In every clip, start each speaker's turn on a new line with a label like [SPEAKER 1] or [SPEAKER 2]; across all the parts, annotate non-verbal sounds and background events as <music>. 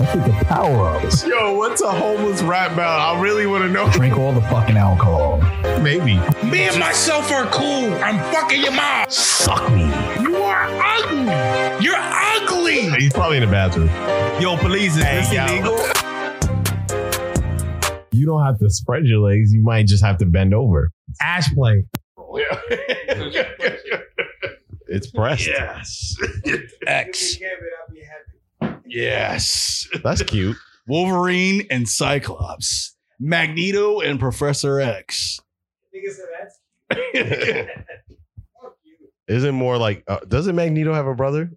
[SPEAKER 1] is the power of us?
[SPEAKER 2] Yo, what's a homeless rap battle? I really want to know.
[SPEAKER 1] Drink all the fucking alcohol.
[SPEAKER 2] Maybe.
[SPEAKER 3] Me and myself are cool. I'm fucking your mom.
[SPEAKER 1] Suck me.
[SPEAKER 3] You are ugly. You're ugly.
[SPEAKER 2] He's probably in the bathroom.
[SPEAKER 4] Yo, police, is this
[SPEAKER 2] yo.
[SPEAKER 4] illegal?
[SPEAKER 2] You don't have to spread your legs. You might just have to bend over.
[SPEAKER 4] Ash play.
[SPEAKER 2] Yeah. <laughs> it's pressed.
[SPEAKER 3] Yes. <laughs> X. Yes.
[SPEAKER 2] That's cute.
[SPEAKER 3] Wolverine and Cyclops. Magneto and Professor X.
[SPEAKER 5] <laughs>
[SPEAKER 2] <laughs> Isn't more like, uh, doesn't Magneto have a brother?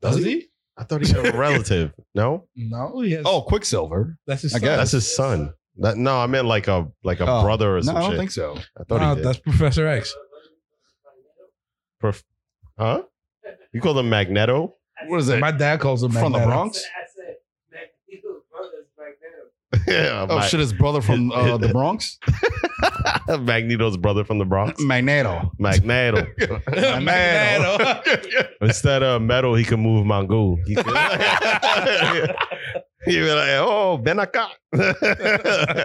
[SPEAKER 3] Does he?
[SPEAKER 2] I thought he had a <laughs> relative. No?
[SPEAKER 4] No, yes.
[SPEAKER 3] Oh, Quicksilver.
[SPEAKER 4] that's his
[SPEAKER 3] I
[SPEAKER 4] son.
[SPEAKER 3] guess.
[SPEAKER 2] That's his son. That, no, I meant like a like a
[SPEAKER 3] Oh.
[SPEAKER 2] brother or
[SPEAKER 3] No,
[SPEAKER 2] some
[SPEAKER 3] I don't
[SPEAKER 2] shit.
[SPEAKER 3] think so.
[SPEAKER 2] I thought
[SPEAKER 4] No,
[SPEAKER 2] he did.
[SPEAKER 4] that's Professor X.
[SPEAKER 2] Prof- huh? You call him Magneto? <laughs>
[SPEAKER 3] What is that?
[SPEAKER 4] My dad calls him
[SPEAKER 3] from the
[SPEAKER 4] Magneto.
[SPEAKER 3] Bronx?
[SPEAKER 2] yeah,
[SPEAKER 3] Oh, shit, his brother from <laughs> uh, the Bronx?
[SPEAKER 2] shit. <laughs> Magneto's brother from the Bronx.
[SPEAKER 3] <laughs> Magneto.
[SPEAKER 2] Magneto. Instead of metal, he can move Mongo. He <laughs> can He be like, oh, Benaka.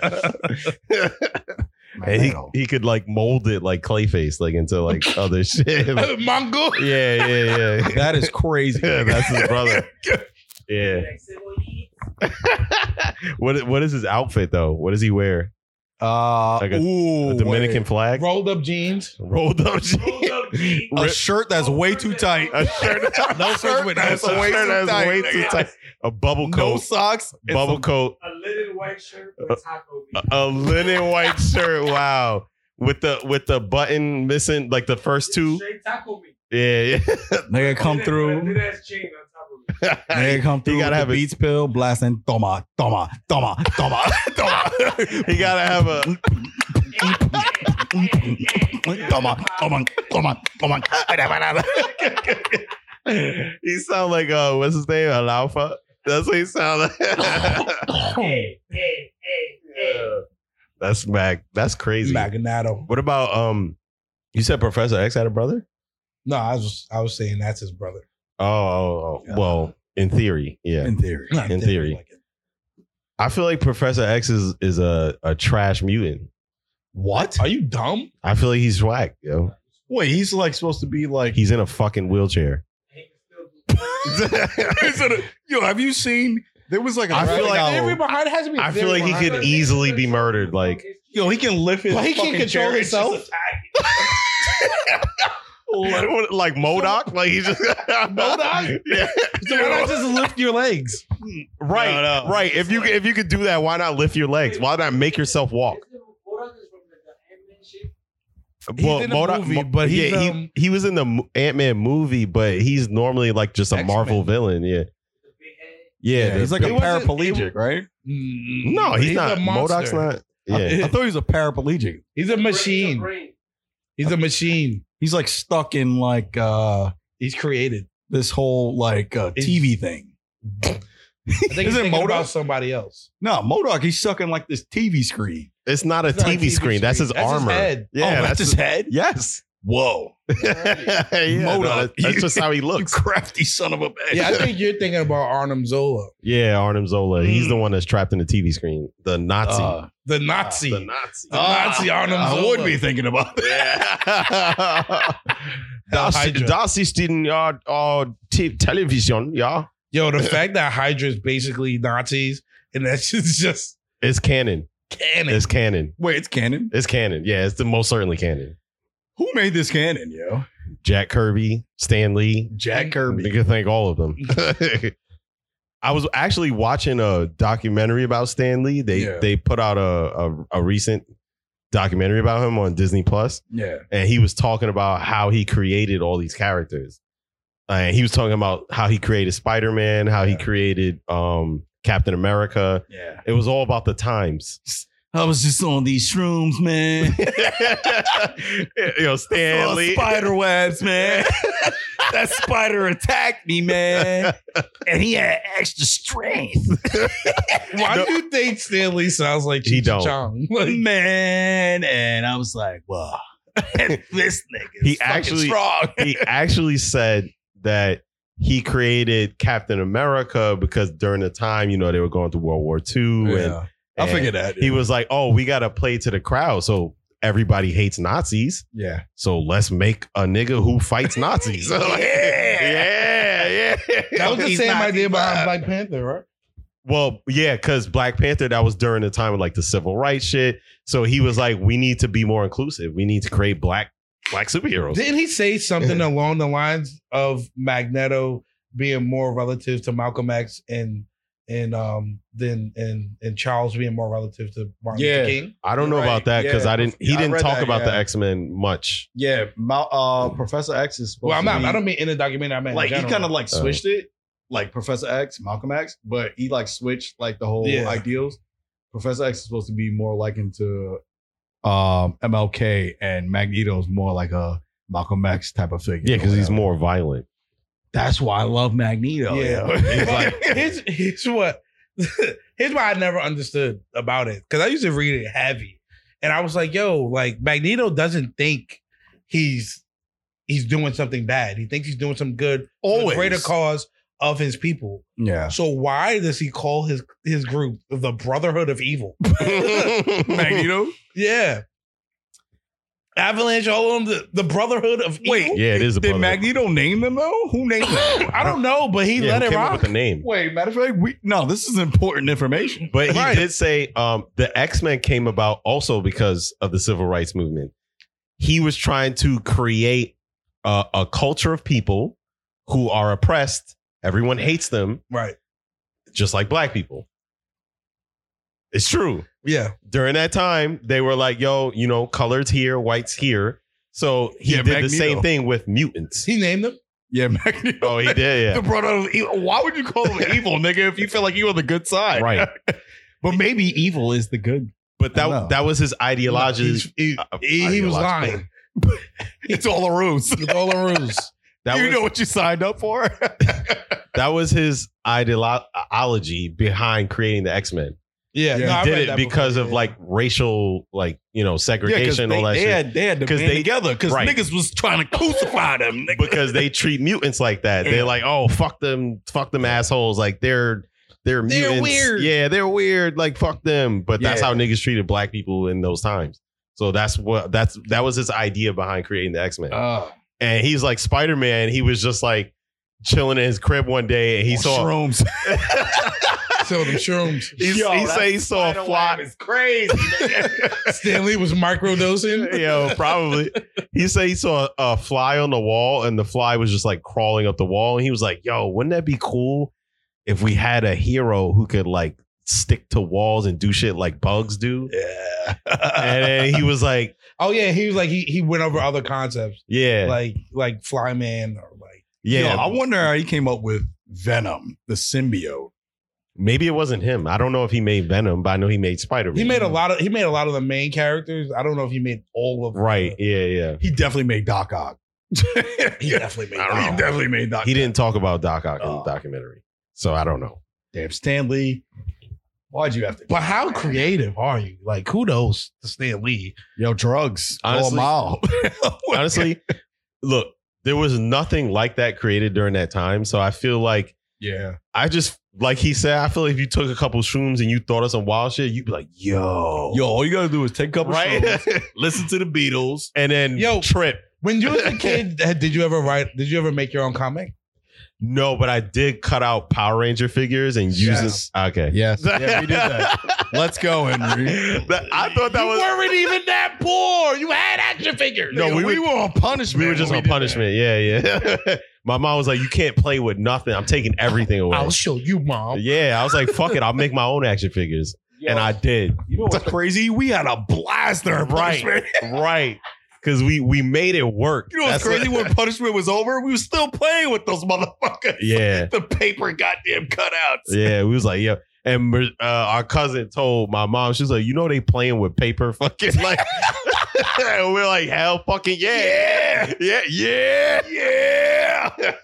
[SPEAKER 2] <laughs> and he,
[SPEAKER 3] Magneto.
[SPEAKER 2] he could like mold it like Clayface, like into like other <laughs> shit. yeah,
[SPEAKER 3] Mongo.
[SPEAKER 2] yeah, yeah. <laughs>
[SPEAKER 4] That
[SPEAKER 3] <laughs>
[SPEAKER 4] is crazy.
[SPEAKER 2] Yeah, that's his brother. Yeah. <laughs> what what is his outfit though? What does he wear?
[SPEAKER 3] Uh,
[SPEAKER 2] Like a-
[SPEAKER 3] ooh,
[SPEAKER 2] A Dominican
[SPEAKER 3] wait.
[SPEAKER 2] flag?
[SPEAKER 4] Rolled up jeans.
[SPEAKER 2] Rolled up
[SPEAKER 5] Rolled up
[SPEAKER 2] <laughs>
[SPEAKER 5] jeans.
[SPEAKER 3] A shirt that's way too tight.
[SPEAKER 2] A shirt <laughs> that's,
[SPEAKER 3] <laughs> No shirt with-
[SPEAKER 2] that's
[SPEAKER 3] that's way
[SPEAKER 2] shirt
[SPEAKER 3] too
[SPEAKER 2] that's
[SPEAKER 3] tight.
[SPEAKER 2] way too tight. A bubble
[SPEAKER 3] No
[SPEAKER 2] coat.
[SPEAKER 3] socks. It's
[SPEAKER 2] bubble
[SPEAKER 3] a-
[SPEAKER 2] coat.
[SPEAKER 5] A linen white shirt
[SPEAKER 2] Uh,
[SPEAKER 5] with taco meat.
[SPEAKER 2] A linen white shirt. Wow. With the with the button missing, like the first two.
[SPEAKER 5] Straight taco meat.
[SPEAKER 2] Yeah,
[SPEAKER 4] Nigga come
[SPEAKER 5] Linen-
[SPEAKER 4] through.
[SPEAKER 5] linen ass jean on top of it.
[SPEAKER 2] yeah.
[SPEAKER 4] Nigga come through.
[SPEAKER 2] gotta
[SPEAKER 4] with
[SPEAKER 2] have
[SPEAKER 4] the
[SPEAKER 2] it.
[SPEAKER 4] beats pill blasting. Toma, toma, toma,
[SPEAKER 3] <laughs>
[SPEAKER 4] toma, toma,
[SPEAKER 2] <laughs> he gotta have a <laughs>
[SPEAKER 4] toma, toma, toma, toma.
[SPEAKER 3] <laughs>
[SPEAKER 2] he sound like uh what's his name? Alpha. That's what he sound
[SPEAKER 3] <laughs>
[SPEAKER 2] like.
[SPEAKER 5] Hey, hey, hey, hey.
[SPEAKER 2] That's Mac. That's crazy.
[SPEAKER 4] Magneto.
[SPEAKER 2] What about um? You said Professor X had a brother?
[SPEAKER 4] No, I was just, I was saying that's his brother.
[SPEAKER 2] Oh, oh, oh.
[SPEAKER 4] Yeah.
[SPEAKER 2] well, in theory, yeah.
[SPEAKER 4] In theory.
[SPEAKER 2] In theory. I feel like Professor X is is a, a trash mutant.
[SPEAKER 4] What?
[SPEAKER 3] Are you <laughs> dumb?
[SPEAKER 2] I feel like he's whack, yo.
[SPEAKER 3] Wait, he's like supposed to be like.
[SPEAKER 2] He's in a fucking wheelchair.
[SPEAKER 5] He can still do
[SPEAKER 3] Is it a- yo, have you seen? There was like a
[SPEAKER 2] I feel like-
[SPEAKER 3] Everybody behind has
[SPEAKER 2] I feel like he could easily be murdered. Like,
[SPEAKER 3] Yo, he can lift his.
[SPEAKER 4] But he can't
[SPEAKER 3] fucking
[SPEAKER 4] control
[SPEAKER 3] chair. It's just
[SPEAKER 4] himself.
[SPEAKER 2] like, Modoc, like he
[SPEAKER 3] <laughs>
[SPEAKER 2] just
[SPEAKER 3] Modok?
[SPEAKER 2] yeah,
[SPEAKER 3] a- So why not just lift your legs?
[SPEAKER 2] right,
[SPEAKER 3] No, no.
[SPEAKER 2] right. If you if you could do that, why not lift your legs? Why not make yourself walk?
[SPEAKER 4] He's in the
[SPEAKER 2] Modok-
[SPEAKER 4] movie, but he's,
[SPEAKER 2] yeah,
[SPEAKER 4] um,
[SPEAKER 2] he, he was in the Ant Man movie, but he's normally like just a
[SPEAKER 4] X-Men.
[SPEAKER 2] Marvel villain. Yeah, yeah.
[SPEAKER 4] Yeah, he's like a
[SPEAKER 2] the-
[SPEAKER 4] paraplegic, right?
[SPEAKER 2] no, he's, not.
[SPEAKER 4] a
[SPEAKER 2] Modok's
[SPEAKER 4] monster. Uh,
[SPEAKER 2] not. Yeah,
[SPEAKER 4] I
[SPEAKER 3] I
[SPEAKER 4] thought
[SPEAKER 3] thought he was a paraplegic.
[SPEAKER 4] He's a machine. He's a machine.
[SPEAKER 3] He's like stuck in like uh
[SPEAKER 4] He's created.
[SPEAKER 3] this whole like uh,
[SPEAKER 4] Is-
[SPEAKER 3] TV thing.
[SPEAKER 4] I think
[SPEAKER 3] Is
[SPEAKER 4] he's
[SPEAKER 3] it
[SPEAKER 4] thinking
[SPEAKER 3] Modok?
[SPEAKER 4] about somebody else.
[SPEAKER 3] No, Modoc, he's stuck in like this TV screen.
[SPEAKER 2] it's not a
[SPEAKER 4] It's not
[SPEAKER 2] TV, screen. That's his armor.
[SPEAKER 4] head.
[SPEAKER 2] Yeah,
[SPEAKER 3] oh, that's,
[SPEAKER 2] that's
[SPEAKER 3] his head.
[SPEAKER 2] <laughs> Yes.
[SPEAKER 3] Whoa,
[SPEAKER 2] <laughs> yeah, no,
[SPEAKER 3] Modok.
[SPEAKER 2] that's just
[SPEAKER 4] <laughs>
[SPEAKER 2] how he
[SPEAKER 3] you
[SPEAKER 2] looks.
[SPEAKER 3] crafty son of a bitch.
[SPEAKER 2] <laughs>
[SPEAKER 4] Yeah, I think you're thinking about Arnim Zola,
[SPEAKER 2] Yeah, Arnim Zola. He's
[SPEAKER 4] Mm.
[SPEAKER 2] the one that's trapped in the TV screen. The Nazi.
[SPEAKER 3] Uh,
[SPEAKER 4] the Nazi.
[SPEAKER 2] the Ah, Nazi.
[SPEAKER 4] The Nazi
[SPEAKER 3] <laughs>
[SPEAKER 4] Arnim
[SPEAKER 3] I
[SPEAKER 4] Zola.
[SPEAKER 3] would be thinking about that.
[SPEAKER 2] <laughs>
[SPEAKER 4] <laughs>
[SPEAKER 2] Yeah. das,
[SPEAKER 4] Hydra.
[SPEAKER 2] das ist in ja, uh, t- television, yeah.
[SPEAKER 4] Yo,
[SPEAKER 2] <laughs>
[SPEAKER 4] the fact that Hydra is basically Nazis and that's <laughs> just, just
[SPEAKER 2] It's canon.
[SPEAKER 4] canon.
[SPEAKER 2] It's canon.
[SPEAKER 3] Wait, it's canon.
[SPEAKER 2] It's canon. Yeah, it's the most certainly canon.
[SPEAKER 3] Who made this canon, yo?
[SPEAKER 2] Jack Kirby, Stan Lee.
[SPEAKER 3] Jack
[SPEAKER 2] You
[SPEAKER 3] Kirby.
[SPEAKER 2] can thank all of
[SPEAKER 3] <laughs>
[SPEAKER 2] them. <laughs> I was actually watching a documentary about Stan Lee. They
[SPEAKER 3] Yeah.
[SPEAKER 2] they put out a, a a recent documentary about him on Disney Plus,
[SPEAKER 3] Yeah.
[SPEAKER 2] and he was talking about how he created all these characters. And he was talking about how he created Spider Man, how he
[SPEAKER 3] Yeah.
[SPEAKER 2] created um, Captain America.
[SPEAKER 3] Yeah.
[SPEAKER 2] It was all about the times.
[SPEAKER 3] I was just on these shrooms, man.
[SPEAKER 2] <laughs> you know, Stan
[SPEAKER 3] Saw
[SPEAKER 2] Lee.
[SPEAKER 3] spider webs, man. that spider attacked me, man. And he had extra strength.
[SPEAKER 4] Why
[SPEAKER 2] No.
[SPEAKER 4] do you think Stanley sounds like
[SPEAKER 2] He
[SPEAKER 4] Cheech
[SPEAKER 2] don't.
[SPEAKER 4] Chong? <laughs> Like,
[SPEAKER 3] man. And I was like, <laughs> wow. this nigga
[SPEAKER 2] He actually-
[SPEAKER 3] strong.
[SPEAKER 2] he actually said that he created Captain America because during the time, you know, they were going through World War II. And,
[SPEAKER 4] Yeah. I
[SPEAKER 2] and
[SPEAKER 4] figured that.
[SPEAKER 2] He was like, oh, we got to play to the crowd. So everybody hates Nazis.
[SPEAKER 4] yeah.
[SPEAKER 2] So let's make a nigga who fights
[SPEAKER 4] <laughs>
[SPEAKER 2] Nazis. <laughs> So, like, yeah. Yeah.
[SPEAKER 4] That was the
[SPEAKER 2] He's
[SPEAKER 4] same
[SPEAKER 2] not-
[SPEAKER 4] idea
[SPEAKER 2] he's
[SPEAKER 4] behind
[SPEAKER 2] not.
[SPEAKER 4] Black Panther, right?
[SPEAKER 2] Well, yeah, because Black Panther, that was during the time of like the civil rights shit. So he was like, we need to be more inclusive. We need to create black black superheroes.
[SPEAKER 4] Didn't he say something along the lines of Magneto being more relative to Malcolm X and and um then and and Charles being more relative to Martin
[SPEAKER 3] Yeah.
[SPEAKER 4] Luther King?
[SPEAKER 2] I don't know
[SPEAKER 3] Right,
[SPEAKER 2] about that because
[SPEAKER 3] yeah.
[SPEAKER 2] I didn't. He
[SPEAKER 3] I
[SPEAKER 2] didn't
[SPEAKER 3] read
[SPEAKER 2] talk
[SPEAKER 3] that,
[SPEAKER 2] about the
[SPEAKER 3] yeah.
[SPEAKER 2] X Men much.
[SPEAKER 3] Yeah, Mal, uh, Professor X is supposed
[SPEAKER 4] Well, I'm
[SPEAKER 3] to
[SPEAKER 4] not.
[SPEAKER 3] be-
[SPEAKER 4] I don't mean in the documentary. I mean
[SPEAKER 3] like he kind of like
[SPEAKER 2] Oh.
[SPEAKER 3] switched it, like Professor X, Malcolm X, but he like switched like the whole
[SPEAKER 4] Yeah.
[SPEAKER 3] ideals. Professor X is supposed to be more like into um, MLK, and Magneto's more like a Malcolm X type of figure.
[SPEAKER 2] Yeah, because he's more violent.
[SPEAKER 3] That's why I love Magneto.
[SPEAKER 4] Yeah.
[SPEAKER 3] yo.
[SPEAKER 4] Well,
[SPEAKER 3] He's
[SPEAKER 4] <laughs>
[SPEAKER 3] like-
[SPEAKER 4] here's, here's what <laughs> here's what I never understood about it because I used to read it heavy, and I was like, "Yo, like Magneto doesn't think he's he's doing something bad. He thinks he's doing some good for the
[SPEAKER 2] Always.
[SPEAKER 4] greater cause of his people. <laughs>
[SPEAKER 3] yeah.
[SPEAKER 4] So why does he call his his group the Brotherhood of Evil?
[SPEAKER 3] Magneto.
[SPEAKER 4] Yeah, Avalanche, all of them, the, the Brotherhood of
[SPEAKER 3] Wait.
[SPEAKER 4] Evil.
[SPEAKER 2] Yeah, it is a
[SPEAKER 3] Did
[SPEAKER 2] brother.
[SPEAKER 3] Magneto name them though? Who named them?
[SPEAKER 4] I don't know, but he
[SPEAKER 2] Yeah,
[SPEAKER 4] let
[SPEAKER 2] who
[SPEAKER 4] it
[SPEAKER 2] came up
[SPEAKER 4] rock.
[SPEAKER 2] with the name.
[SPEAKER 3] <laughs> Wait, matter of fact, we no. This is important information.
[SPEAKER 2] But he
[SPEAKER 4] Right.
[SPEAKER 2] did say um, the X Men came about also because of the civil rights movement. He was trying to create a, a culture of people who are oppressed. Everyone hates them,
[SPEAKER 4] Right.
[SPEAKER 2] just like black people. It's true.
[SPEAKER 4] Yeah.
[SPEAKER 2] During that time, they were like, "Yo, you know, colors here, whites here." So he
[SPEAKER 3] Yeah,
[SPEAKER 2] did the
[SPEAKER 3] Magneto.
[SPEAKER 2] same thing with mutants.
[SPEAKER 4] He named them.
[SPEAKER 3] Yeah, Magneto. <laughs>
[SPEAKER 2] Oh, he did.
[SPEAKER 3] the brother of evil. Why would you call him evil, nigga, if you feel like you on the good
[SPEAKER 2] Yeah,
[SPEAKER 3] side? <laughs>
[SPEAKER 2] right.
[SPEAKER 3] But maybe evil is the good.
[SPEAKER 2] But
[SPEAKER 3] I know.
[SPEAKER 2] that that was his ideology.
[SPEAKER 4] He's- he-
[SPEAKER 2] uh,
[SPEAKER 4] he, he was
[SPEAKER 2] ideological.
[SPEAKER 4] lying.
[SPEAKER 3] <laughs> It's all a ruse.
[SPEAKER 4] It's all a ruse.
[SPEAKER 2] <laughs> That
[SPEAKER 3] you
[SPEAKER 2] was,
[SPEAKER 3] know what you signed up for.
[SPEAKER 2] <laughs> that was his ideology behind creating the X Men.
[SPEAKER 4] Yeah,
[SPEAKER 3] Yeah.
[SPEAKER 4] no, I
[SPEAKER 2] Did
[SPEAKER 4] read
[SPEAKER 2] it
[SPEAKER 4] that
[SPEAKER 2] because
[SPEAKER 4] before,
[SPEAKER 2] of
[SPEAKER 4] yeah.
[SPEAKER 2] like racial, like you know, segregation,
[SPEAKER 3] they,
[SPEAKER 2] all that
[SPEAKER 3] they
[SPEAKER 2] shit.
[SPEAKER 3] had they had to
[SPEAKER 2] 'Cause
[SPEAKER 3] band
[SPEAKER 2] they-
[SPEAKER 3] together because
[SPEAKER 2] right.
[SPEAKER 3] niggas was trying to crucify them. Nigga.
[SPEAKER 2] because they treat mutants like that. They're like, oh fuck them, fuck them assholes. Like they're they're,
[SPEAKER 4] They're
[SPEAKER 2] mutants.
[SPEAKER 4] weird.
[SPEAKER 2] Yeah, they're weird. Like fuck them. But that's
[SPEAKER 3] Yeah.
[SPEAKER 2] how niggas treated black people in those times. So that's what that's that was his idea behind creating the X Men.
[SPEAKER 3] uh,
[SPEAKER 2] and he's like Spider Man. He was just like chilling in his crib one day, and he
[SPEAKER 3] on
[SPEAKER 2] saw
[SPEAKER 3] shrooms.
[SPEAKER 2] <laughs>
[SPEAKER 4] sell them shrooms.
[SPEAKER 2] he,
[SPEAKER 3] Yo,
[SPEAKER 2] he
[SPEAKER 3] that
[SPEAKER 2] say he saw a fly.
[SPEAKER 3] It's crazy.
[SPEAKER 4] Stanley was microdosing. <laughs>
[SPEAKER 2] Yo, probably. He said he saw a, a fly on the wall, and the fly was just like crawling up the wall. And he was like, "Yo, wouldn't that be cool if we had a hero who could like stick to walls and do shit like bugs do?"
[SPEAKER 3] yeah.
[SPEAKER 2] And then he was like,
[SPEAKER 4] Oh yeah, he was like he, he went over other concepts
[SPEAKER 2] "Yeah,
[SPEAKER 4] like like Flyman or like
[SPEAKER 2] yeah."
[SPEAKER 3] Yo, I wonder how he came up with Venom, the symbiote.
[SPEAKER 2] Maybe it wasn't him. I don't know if he made Venom, but I know he made Spider Man.
[SPEAKER 4] he made a lot of he made a lot of the main characters. I don't know if he made all of them.
[SPEAKER 2] Right? Yeah, yeah.
[SPEAKER 3] He definitely made Doc Ock. <laughs>
[SPEAKER 4] He definitely made.
[SPEAKER 2] I don't
[SPEAKER 3] He
[SPEAKER 2] know.
[SPEAKER 3] definitely made Doc.
[SPEAKER 2] He didn't talk about Doc Ock in
[SPEAKER 3] Oh.
[SPEAKER 2] the documentary, so I don't
[SPEAKER 4] <laughs>
[SPEAKER 2] know.
[SPEAKER 3] Damn, Stanley. Why'd you have to?
[SPEAKER 4] But how creative are you? Like kudos to Stan Lee.
[SPEAKER 3] Yo, drugs.
[SPEAKER 2] Honestly-
[SPEAKER 3] Go a mile.
[SPEAKER 2] Honestly, look, there was nothing like that created during that time. So I feel like
[SPEAKER 3] yeah.
[SPEAKER 2] I just like he said, I feel like if you took a couple shrooms and you thought of some wild shit, you'd be like, yo.
[SPEAKER 3] Yo, all you gotta do is take a couple
[SPEAKER 2] right?
[SPEAKER 3] right?
[SPEAKER 2] <laughs>
[SPEAKER 3] <laughs> listen to the Beatles.
[SPEAKER 2] and then
[SPEAKER 4] Yo.
[SPEAKER 2] trip.
[SPEAKER 4] When you was <laughs> a kid, had- did you ever write? Did you ever make your own comic?
[SPEAKER 2] No, but I did cut out Power Ranger figures and use this. Okay.
[SPEAKER 3] Yes. Yeah, we did that. Let's go, Henry.
[SPEAKER 2] <laughs> That- I thought that
[SPEAKER 4] <laughs> you
[SPEAKER 2] was
[SPEAKER 4] weren't even that poor. You had action figures.
[SPEAKER 2] no, we, were,
[SPEAKER 3] on punishment.
[SPEAKER 2] we were just
[SPEAKER 3] when
[SPEAKER 2] on
[SPEAKER 3] did
[SPEAKER 2] punishment. Yeah, yeah. <laughs> My mom was like, You can't play with nothing. I'm taking everything away.
[SPEAKER 4] I'll show you, mom.
[SPEAKER 2] <laughs> yeah, I was like, fuck it, I'll make my own action figures. <laughs> And I did.
[SPEAKER 3] that. You know
[SPEAKER 2] <laughs>
[SPEAKER 3] what's crazy? We had a blaster in punishment. <laughs>
[SPEAKER 2] Right. Cause we we made it work.
[SPEAKER 3] You know what's
[SPEAKER 2] That's what-
[SPEAKER 3] crazy? when punishment was over, we were still playing with those motherfuckers. <laughs>
[SPEAKER 2] yeah.
[SPEAKER 3] The paper goddamn cutouts.
[SPEAKER 2] <laughs> Yeah, we was like, yeah. And uh, our cousin told my mom, she was like, you know, they playing with paper, fucking like. <laughs> and we're like, hell, fucking yeah, yeah, yeah, yeah. <laughs>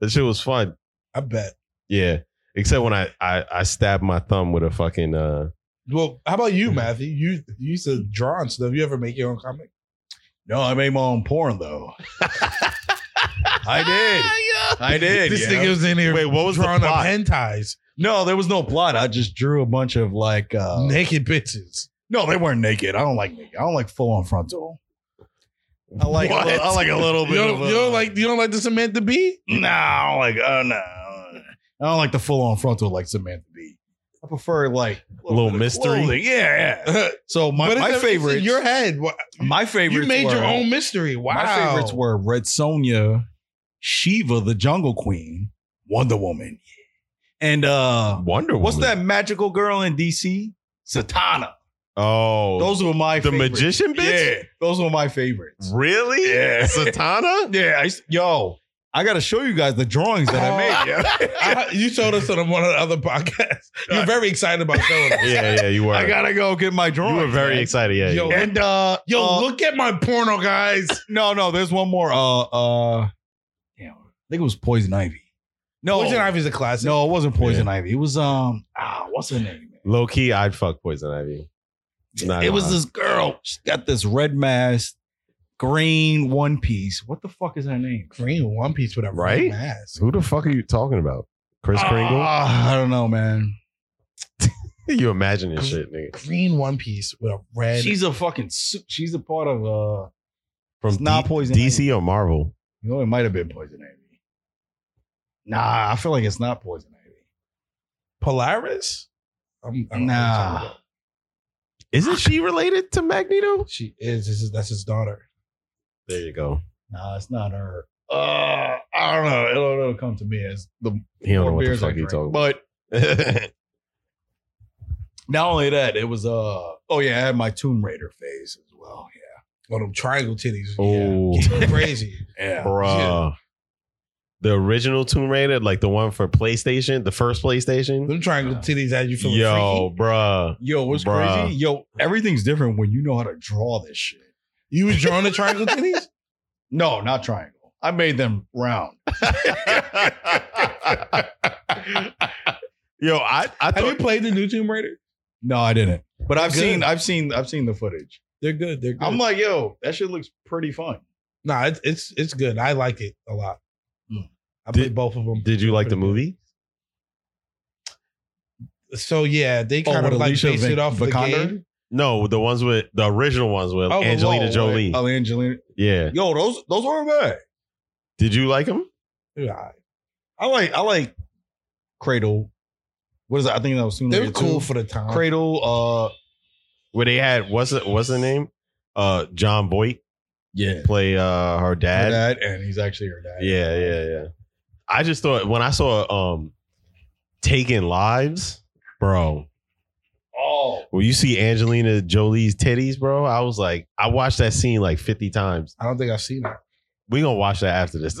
[SPEAKER 2] that shit was fun.
[SPEAKER 4] I bet.
[SPEAKER 2] Yeah, except when I I, I stabbed my thumb with a fucking. uh
[SPEAKER 4] Well, how about you, Matthew? You, you used to draw and stuff. You ever make your own comic?
[SPEAKER 3] <laughs> No, I made my own porn though. I did.
[SPEAKER 4] <laughs>
[SPEAKER 3] I did.
[SPEAKER 4] This
[SPEAKER 3] Ah, yeah.
[SPEAKER 4] nigga was in here.
[SPEAKER 2] Wait, what was the
[SPEAKER 4] drawing up
[SPEAKER 2] plot?
[SPEAKER 4] hentais,
[SPEAKER 3] no, there was no plot. I just drew a bunch of like. Uh,
[SPEAKER 4] naked bitches.
[SPEAKER 3] no, they weren't naked. I don't like naked. I don't like full on frontal. I like. a
[SPEAKER 2] What?
[SPEAKER 3] little- I like a <laughs> little
[SPEAKER 4] You
[SPEAKER 3] bit.
[SPEAKER 4] don't,
[SPEAKER 3] of, uh,
[SPEAKER 4] you don't like you don't like the Samantha Bee?
[SPEAKER 3] No, I don't like. Oh no. I don't like the full on frontal like Samantha Bee. I prefer like a
[SPEAKER 2] Little
[SPEAKER 3] bit of
[SPEAKER 2] mystery.
[SPEAKER 3] clothing. Yeah,
[SPEAKER 4] <laughs>
[SPEAKER 3] yeah. So my
[SPEAKER 4] But
[SPEAKER 3] my
[SPEAKER 4] it's- it's in
[SPEAKER 3] favorites.
[SPEAKER 4] Your head. Wha-
[SPEAKER 3] my favorites.
[SPEAKER 4] You made your
[SPEAKER 3] were-
[SPEAKER 4] own mystery. Wow.
[SPEAKER 3] My favorites were Red Sonia, Shiva, the Jungle Queen, Wonder Woman, and uh,
[SPEAKER 2] Wonder
[SPEAKER 3] what's
[SPEAKER 2] Woman.
[SPEAKER 3] that magical girl in DC? Satana.
[SPEAKER 2] Oh,
[SPEAKER 3] Those were my
[SPEAKER 2] the
[SPEAKER 3] favorites.
[SPEAKER 2] magician bitch.
[SPEAKER 3] Yeah, those were my favorites.
[SPEAKER 2] Really?
[SPEAKER 3] Yeah. <laughs>
[SPEAKER 2] Satana.
[SPEAKER 3] Yeah, I, s- yo, I gotta show you guys the drawings that
[SPEAKER 4] Oh.
[SPEAKER 3] I made. yo.
[SPEAKER 4] I- you showed us on one of the
[SPEAKER 3] <laughs>
[SPEAKER 4] other podcasts. You're very excited about showing us.
[SPEAKER 2] yeah, yeah. You were.
[SPEAKER 3] I gotta go get my
[SPEAKER 2] you
[SPEAKER 3] drawings.
[SPEAKER 2] were very
[SPEAKER 3] man.
[SPEAKER 2] excited. Yeah.
[SPEAKER 4] Yo,
[SPEAKER 2] yeah.
[SPEAKER 3] And uh,
[SPEAKER 4] Yo,
[SPEAKER 3] uh,
[SPEAKER 4] look at my porno, guys.
[SPEAKER 3] no, no, there's one more. Uh, uh, damn, I think it was Poison Ivy. No,
[SPEAKER 4] Poison Ivy's a classic.
[SPEAKER 3] No, it wasn't Poison Ivy. It was um, ah, what's her name? man?
[SPEAKER 2] Low key, I'd fuck Poison Ivy. Not
[SPEAKER 3] it
[SPEAKER 2] gonna
[SPEAKER 3] was
[SPEAKER 2] lie.
[SPEAKER 3] this girl. She's got this red mask, green one piece. What the fuck is her name?
[SPEAKER 4] Green One Piece with a red
[SPEAKER 2] Right?
[SPEAKER 4] mask.
[SPEAKER 2] Who the fuck are you talking about? Chris Kringle?
[SPEAKER 3] Ah, I don't know, man.
[SPEAKER 2] You imagining shit,
[SPEAKER 3] <laughs>
[SPEAKER 2] nigga.
[SPEAKER 4] Green One Piece with a red.
[SPEAKER 3] She's a fucking. su- She's a part of uh.
[SPEAKER 2] From
[SPEAKER 3] It's not
[SPEAKER 2] D-
[SPEAKER 3] Poison
[SPEAKER 2] DC or Marvel?
[SPEAKER 3] You know, it might have been Poison Ivy. Nah, I feel like it's not Poison Ivy.
[SPEAKER 4] Polaris. I'm, I don't know what you're talking
[SPEAKER 3] Nah,
[SPEAKER 4] about.
[SPEAKER 3] Ah.
[SPEAKER 2] Isn't she related to Magneto?
[SPEAKER 4] she is. This is that's his daughter.
[SPEAKER 2] There you go.
[SPEAKER 3] nah, it's not her. Uh, I don't know. It'll, it'll come to me as the
[SPEAKER 2] He don't
[SPEAKER 3] more
[SPEAKER 2] know what the
[SPEAKER 3] beers I
[SPEAKER 2] fuck he
[SPEAKER 3] drink.
[SPEAKER 2] talking about.
[SPEAKER 3] But
[SPEAKER 2] <laughs>
[SPEAKER 3] not only that, it was uh oh yeah, I had my Tomb Raider phase as well.
[SPEAKER 4] Well, them triangle titties. <laughs>
[SPEAKER 2] oh,
[SPEAKER 4] Yeah. Crazy.
[SPEAKER 3] Yeah, yeah.
[SPEAKER 2] bruh. The original Tomb Raider, like the one for PlayStation, the first PlayStation.
[SPEAKER 4] Them triangle titties had you feeling
[SPEAKER 2] Yo, bruh. <laughs>
[SPEAKER 3] Yo, what's
[SPEAKER 2] Bruh.
[SPEAKER 3] crazy? Yo, everything's different when you know how to draw this shit.
[SPEAKER 4] freaky. You was drawing the triangle titties?
[SPEAKER 3] No, not triangle. I made them round.
[SPEAKER 2] Yo, I, I
[SPEAKER 4] Have you
[SPEAKER 2] thought
[SPEAKER 4] played the new Tomb Raider?
[SPEAKER 3] No, I didn't. But I've
[SPEAKER 4] Good.
[SPEAKER 3] seen, I've seen, I've seen the footage.
[SPEAKER 4] They're good. They're good.
[SPEAKER 3] I'm like, yo, that shit looks pretty fun.
[SPEAKER 4] nah, it's it's it's good. I like it a lot.
[SPEAKER 3] Mm.
[SPEAKER 4] I
[SPEAKER 2] Did-
[SPEAKER 4] played both of them.
[SPEAKER 2] did you like the
[SPEAKER 4] Pretty good.
[SPEAKER 2] movie?
[SPEAKER 4] So yeah, they
[SPEAKER 3] Oh,
[SPEAKER 4] kind
[SPEAKER 3] with
[SPEAKER 4] of like
[SPEAKER 3] Alicia
[SPEAKER 4] based
[SPEAKER 3] Vik-
[SPEAKER 4] it off the
[SPEAKER 3] Vikander?
[SPEAKER 4] game.
[SPEAKER 2] No, the ones with the original ones with
[SPEAKER 4] Oh, the
[SPEAKER 2] Angelina
[SPEAKER 4] Lord.
[SPEAKER 2] Jolie.
[SPEAKER 3] Oh, Angelina.
[SPEAKER 2] Yeah.
[SPEAKER 3] Yo, those those weren't bad.
[SPEAKER 2] Did you like them?
[SPEAKER 4] Yeah,
[SPEAKER 3] I like, I like Cradle. What is that? I think that was soon.
[SPEAKER 4] they
[SPEAKER 3] Later
[SPEAKER 4] were cool
[SPEAKER 3] too.
[SPEAKER 4] for the time.
[SPEAKER 3] Cradle. Uh,
[SPEAKER 2] Uh-huh. Where they had what's it what's the name? Uh John Boyk
[SPEAKER 3] yeah.
[SPEAKER 2] play uh her
[SPEAKER 3] Her
[SPEAKER 2] dad.
[SPEAKER 3] dad, and he's actually her dad.
[SPEAKER 2] Yeah, yeah, yeah. I just thought when I saw um Taking Lives, bro.
[SPEAKER 3] Oh,
[SPEAKER 2] When you see Angelina Jolie's titties, bro, I was like, I watched that scene like 50 times.
[SPEAKER 4] I don't think I've seen that.
[SPEAKER 2] We gonna watch that after this.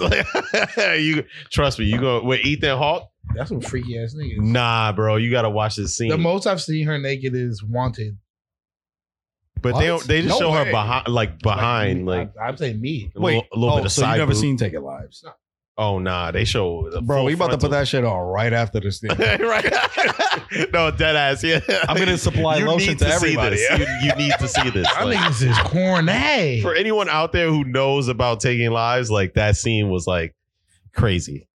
[SPEAKER 2] <laughs> you trust me, you go with Ethan Hawke?
[SPEAKER 4] That's some freaky ass niggas.
[SPEAKER 2] Nah, bro, you gotta watch this scene.
[SPEAKER 4] The most I've seen her naked is Wanted.
[SPEAKER 2] but they
[SPEAKER 3] What?
[SPEAKER 2] don't they just
[SPEAKER 3] No
[SPEAKER 2] show her
[SPEAKER 3] way.
[SPEAKER 2] behind like behind, like,
[SPEAKER 4] I, am saying me.
[SPEAKER 2] a little, a little bit of
[SPEAKER 3] oh, so
[SPEAKER 2] side.
[SPEAKER 3] you never
[SPEAKER 2] boob.
[SPEAKER 3] seen Taking Lives,
[SPEAKER 2] Oh nah, they show the
[SPEAKER 3] <laughs> bro?
[SPEAKER 2] full
[SPEAKER 3] We about to
[SPEAKER 2] frontal.
[SPEAKER 3] put that shit on right after
[SPEAKER 2] <laughs>
[SPEAKER 3] this thing. <laughs>
[SPEAKER 2] right. <laughs> no, dead ass. Yeah.
[SPEAKER 3] I'm gonna supply
[SPEAKER 2] You
[SPEAKER 3] lotion
[SPEAKER 2] need
[SPEAKER 3] to,
[SPEAKER 2] see
[SPEAKER 3] everybody.
[SPEAKER 2] this. You, you need to see
[SPEAKER 3] <laughs>
[SPEAKER 2] this.
[SPEAKER 4] I
[SPEAKER 2] Like,
[SPEAKER 4] think this is corny.
[SPEAKER 2] for anyone out there who knows about taking lives, like that scene was like crazy.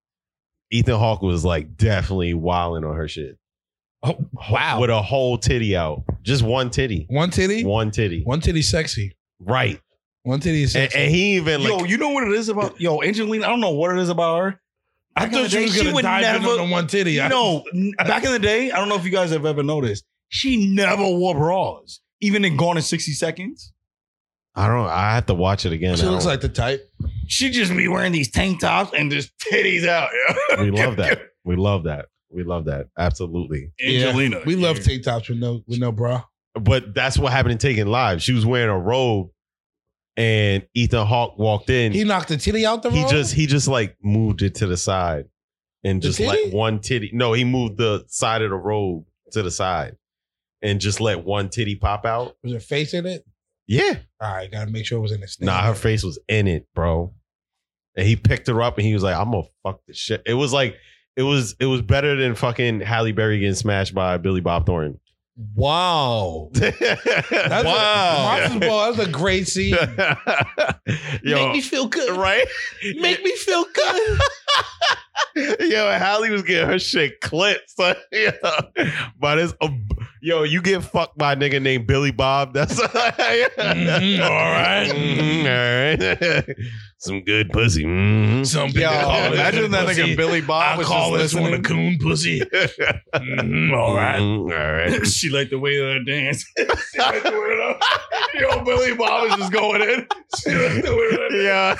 [SPEAKER 2] Ethan Hawke was like definitely wilding on her shit
[SPEAKER 4] Oh, wow.
[SPEAKER 2] with a whole titty out, just one titty,
[SPEAKER 4] one titty. One,
[SPEAKER 2] one titty,
[SPEAKER 4] titty sexy.
[SPEAKER 2] right?
[SPEAKER 4] One titty is
[SPEAKER 2] And,
[SPEAKER 4] sexy.
[SPEAKER 2] and he even <laughs> like
[SPEAKER 3] yo, you know what it is about? Yo, Angelina, I don't know what it is about her.
[SPEAKER 4] I
[SPEAKER 3] Back in the
[SPEAKER 4] thought you
[SPEAKER 3] day,
[SPEAKER 4] was
[SPEAKER 3] she
[SPEAKER 4] gonna
[SPEAKER 3] would
[SPEAKER 4] dive
[SPEAKER 3] never-
[SPEAKER 4] in on the one titty. I-
[SPEAKER 3] No, n- back in the day, I don't know if you guys have ever noticed, she never wore bras, even in Gone in 60 Seconds.
[SPEAKER 2] I don't. I have to watch it again.
[SPEAKER 4] she
[SPEAKER 2] I
[SPEAKER 4] looks
[SPEAKER 2] don't-
[SPEAKER 4] like the type.
[SPEAKER 3] She just be wearing these tank tops and just titties out. yo.
[SPEAKER 2] we love that. We love that. We love that. Absolutely.
[SPEAKER 3] <laughs> Angelina.
[SPEAKER 4] We love
[SPEAKER 3] yeah.
[SPEAKER 4] tank tops with no with no bra.
[SPEAKER 2] But that's what happened in Taking Lives. She was wearing a robe, and Ethan Hawke walked in.
[SPEAKER 4] He knocked the titty out the
[SPEAKER 2] he
[SPEAKER 4] room?
[SPEAKER 2] just he just like moved it to the side and
[SPEAKER 4] The
[SPEAKER 2] just
[SPEAKER 4] titty?
[SPEAKER 2] let one titty no he moved the side of the robe to the side and just let one titty pop out
[SPEAKER 4] was her face in it.
[SPEAKER 2] yeah
[SPEAKER 4] All right, gotta make sure it was in the snake.
[SPEAKER 2] nah her face was in it bro and he picked her up and he was like i'm gonna fuck this shit it was like it was it was better than fucking Halle Berry getting smashed by Billy Bob Thornton. <laughs>
[SPEAKER 3] Wow.
[SPEAKER 4] That's
[SPEAKER 3] Wow.
[SPEAKER 4] A, Monsters Ball, that's a great scene.
[SPEAKER 2] <laughs> Yo,
[SPEAKER 6] feel good.
[SPEAKER 2] right?
[SPEAKER 6] <laughs> Make me feel good.
[SPEAKER 2] <laughs> Yo, Hallie was getting her shit clipped. Son. <laughs> Yo, by this, yo, you get fucked by a nigga named Billy Bob. That's <laughs>
[SPEAKER 3] Mm-hmm.
[SPEAKER 6] Mm-hmm.
[SPEAKER 4] Mhm, all right.
[SPEAKER 2] Mhm, all right. <laughs> Some good pussy. Mhm.
[SPEAKER 6] Some
[SPEAKER 3] Yo,
[SPEAKER 6] people call it
[SPEAKER 3] imagine that
[SPEAKER 6] pussy.
[SPEAKER 3] nigga Billy Bob
[SPEAKER 6] I
[SPEAKER 3] was
[SPEAKER 6] call this
[SPEAKER 3] just
[SPEAKER 6] one a
[SPEAKER 3] listening.
[SPEAKER 6] coon
[SPEAKER 3] <laughs>
[SPEAKER 6] pussy.
[SPEAKER 3] Mm-hmm.
[SPEAKER 6] Mhm, all right.
[SPEAKER 2] Mhm, all
[SPEAKER 6] <laughs>
[SPEAKER 2] right.
[SPEAKER 6] she liked the way that I
[SPEAKER 3] <laughs>
[SPEAKER 6] dance.
[SPEAKER 2] yo, Billy Bob is just going in. yeah.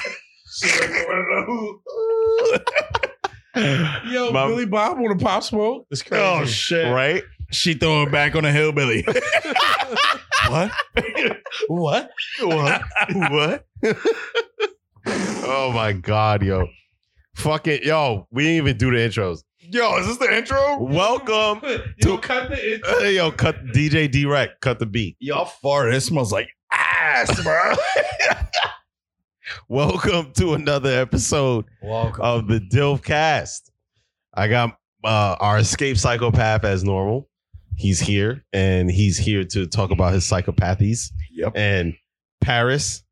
[SPEAKER 4] Yo,
[SPEAKER 2] My-
[SPEAKER 4] Billy Bob on a pop smoke. It's crazy.
[SPEAKER 3] Oh shit.
[SPEAKER 2] Right?
[SPEAKER 6] She throw it back on a hillbilly.
[SPEAKER 3] <laughs> What?
[SPEAKER 4] What?
[SPEAKER 2] What? what? oh my god, yo. Fuck it, yo. We didn't even do the intros.
[SPEAKER 3] Yo, is this the intro?
[SPEAKER 2] Welcome.
[SPEAKER 4] You cut the it.
[SPEAKER 2] Hey, yo, cut DJ D Rec, cut the beat.
[SPEAKER 3] Y'all farted. It smells like ass, bro.
[SPEAKER 2] <laughs> Welcome to another episode
[SPEAKER 3] Welcome.
[SPEAKER 2] of the Dilf Cast. I got uh, our escape psychopath as normal. He's here, and he's here to talk about his psychopathies.
[SPEAKER 3] Yep.
[SPEAKER 2] And Paris.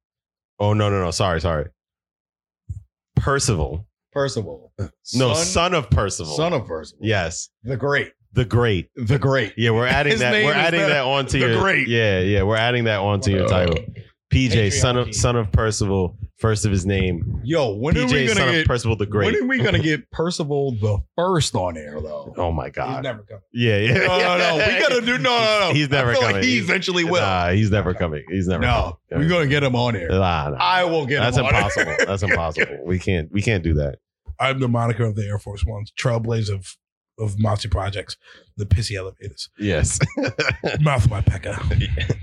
[SPEAKER 2] Oh no, no, no. Sorry, sorry. Percival.
[SPEAKER 3] Percival.
[SPEAKER 2] No,
[SPEAKER 3] son,
[SPEAKER 2] son of Percival.
[SPEAKER 3] son of Percival.
[SPEAKER 2] Yes,
[SPEAKER 3] The great.
[SPEAKER 2] the great.
[SPEAKER 3] The great.
[SPEAKER 2] Yeah,
[SPEAKER 3] <laughs>
[SPEAKER 2] we're adding
[SPEAKER 3] His
[SPEAKER 2] that.
[SPEAKER 3] name
[SPEAKER 2] We're
[SPEAKER 3] is
[SPEAKER 2] adding
[SPEAKER 3] the-
[SPEAKER 2] that onto
[SPEAKER 3] the
[SPEAKER 2] your.
[SPEAKER 3] great.
[SPEAKER 2] Yeah, yeah. We're adding that onto your title. PJ, son
[SPEAKER 4] patriarchy.
[SPEAKER 2] of son of Percival, first of his name.
[SPEAKER 3] Yo, when are we
[SPEAKER 2] PJ, son
[SPEAKER 3] gonna
[SPEAKER 2] of
[SPEAKER 3] get
[SPEAKER 2] Percival the Great.
[SPEAKER 3] When are we <laughs> gonna get Percival the first on air though?
[SPEAKER 2] oh my
[SPEAKER 4] He's
[SPEAKER 2] God.
[SPEAKER 4] never coming.
[SPEAKER 2] yeah, yeah.
[SPEAKER 3] No, no, no. <laughs> We gotta do no, no, no.
[SPEAKER 2] He's never
[SPEAKER 3] I feel
[SPEAKER 2] coming.
[SPEAKER 3] Like he eventually will.
[SPEAKER 2] Nah, he's never coming. He's never.
[SPEAKER 3] no,
[SPEAKER 2] coming.
[SPEAKER 3] we're gonna get him on air.
[SPEAKER 2] Nah, nah.
[SPEAKER 3] I will get
[SPEAKER 2] That's
[SPEAKER 3] him on air.
[SPEAKER 2] impossible. That's impossible. We can't. We can't do that.
[SPEAKER 4] I'm the moniker of the Air Force Ones, trailblazer of of Monty Projects, the
[SPEAKER 2] <laughs>
[SPEAKER 4] pissy elevators,
[SPEAKER 2] Yes,
[SPEAKER 4] mouth my pecker.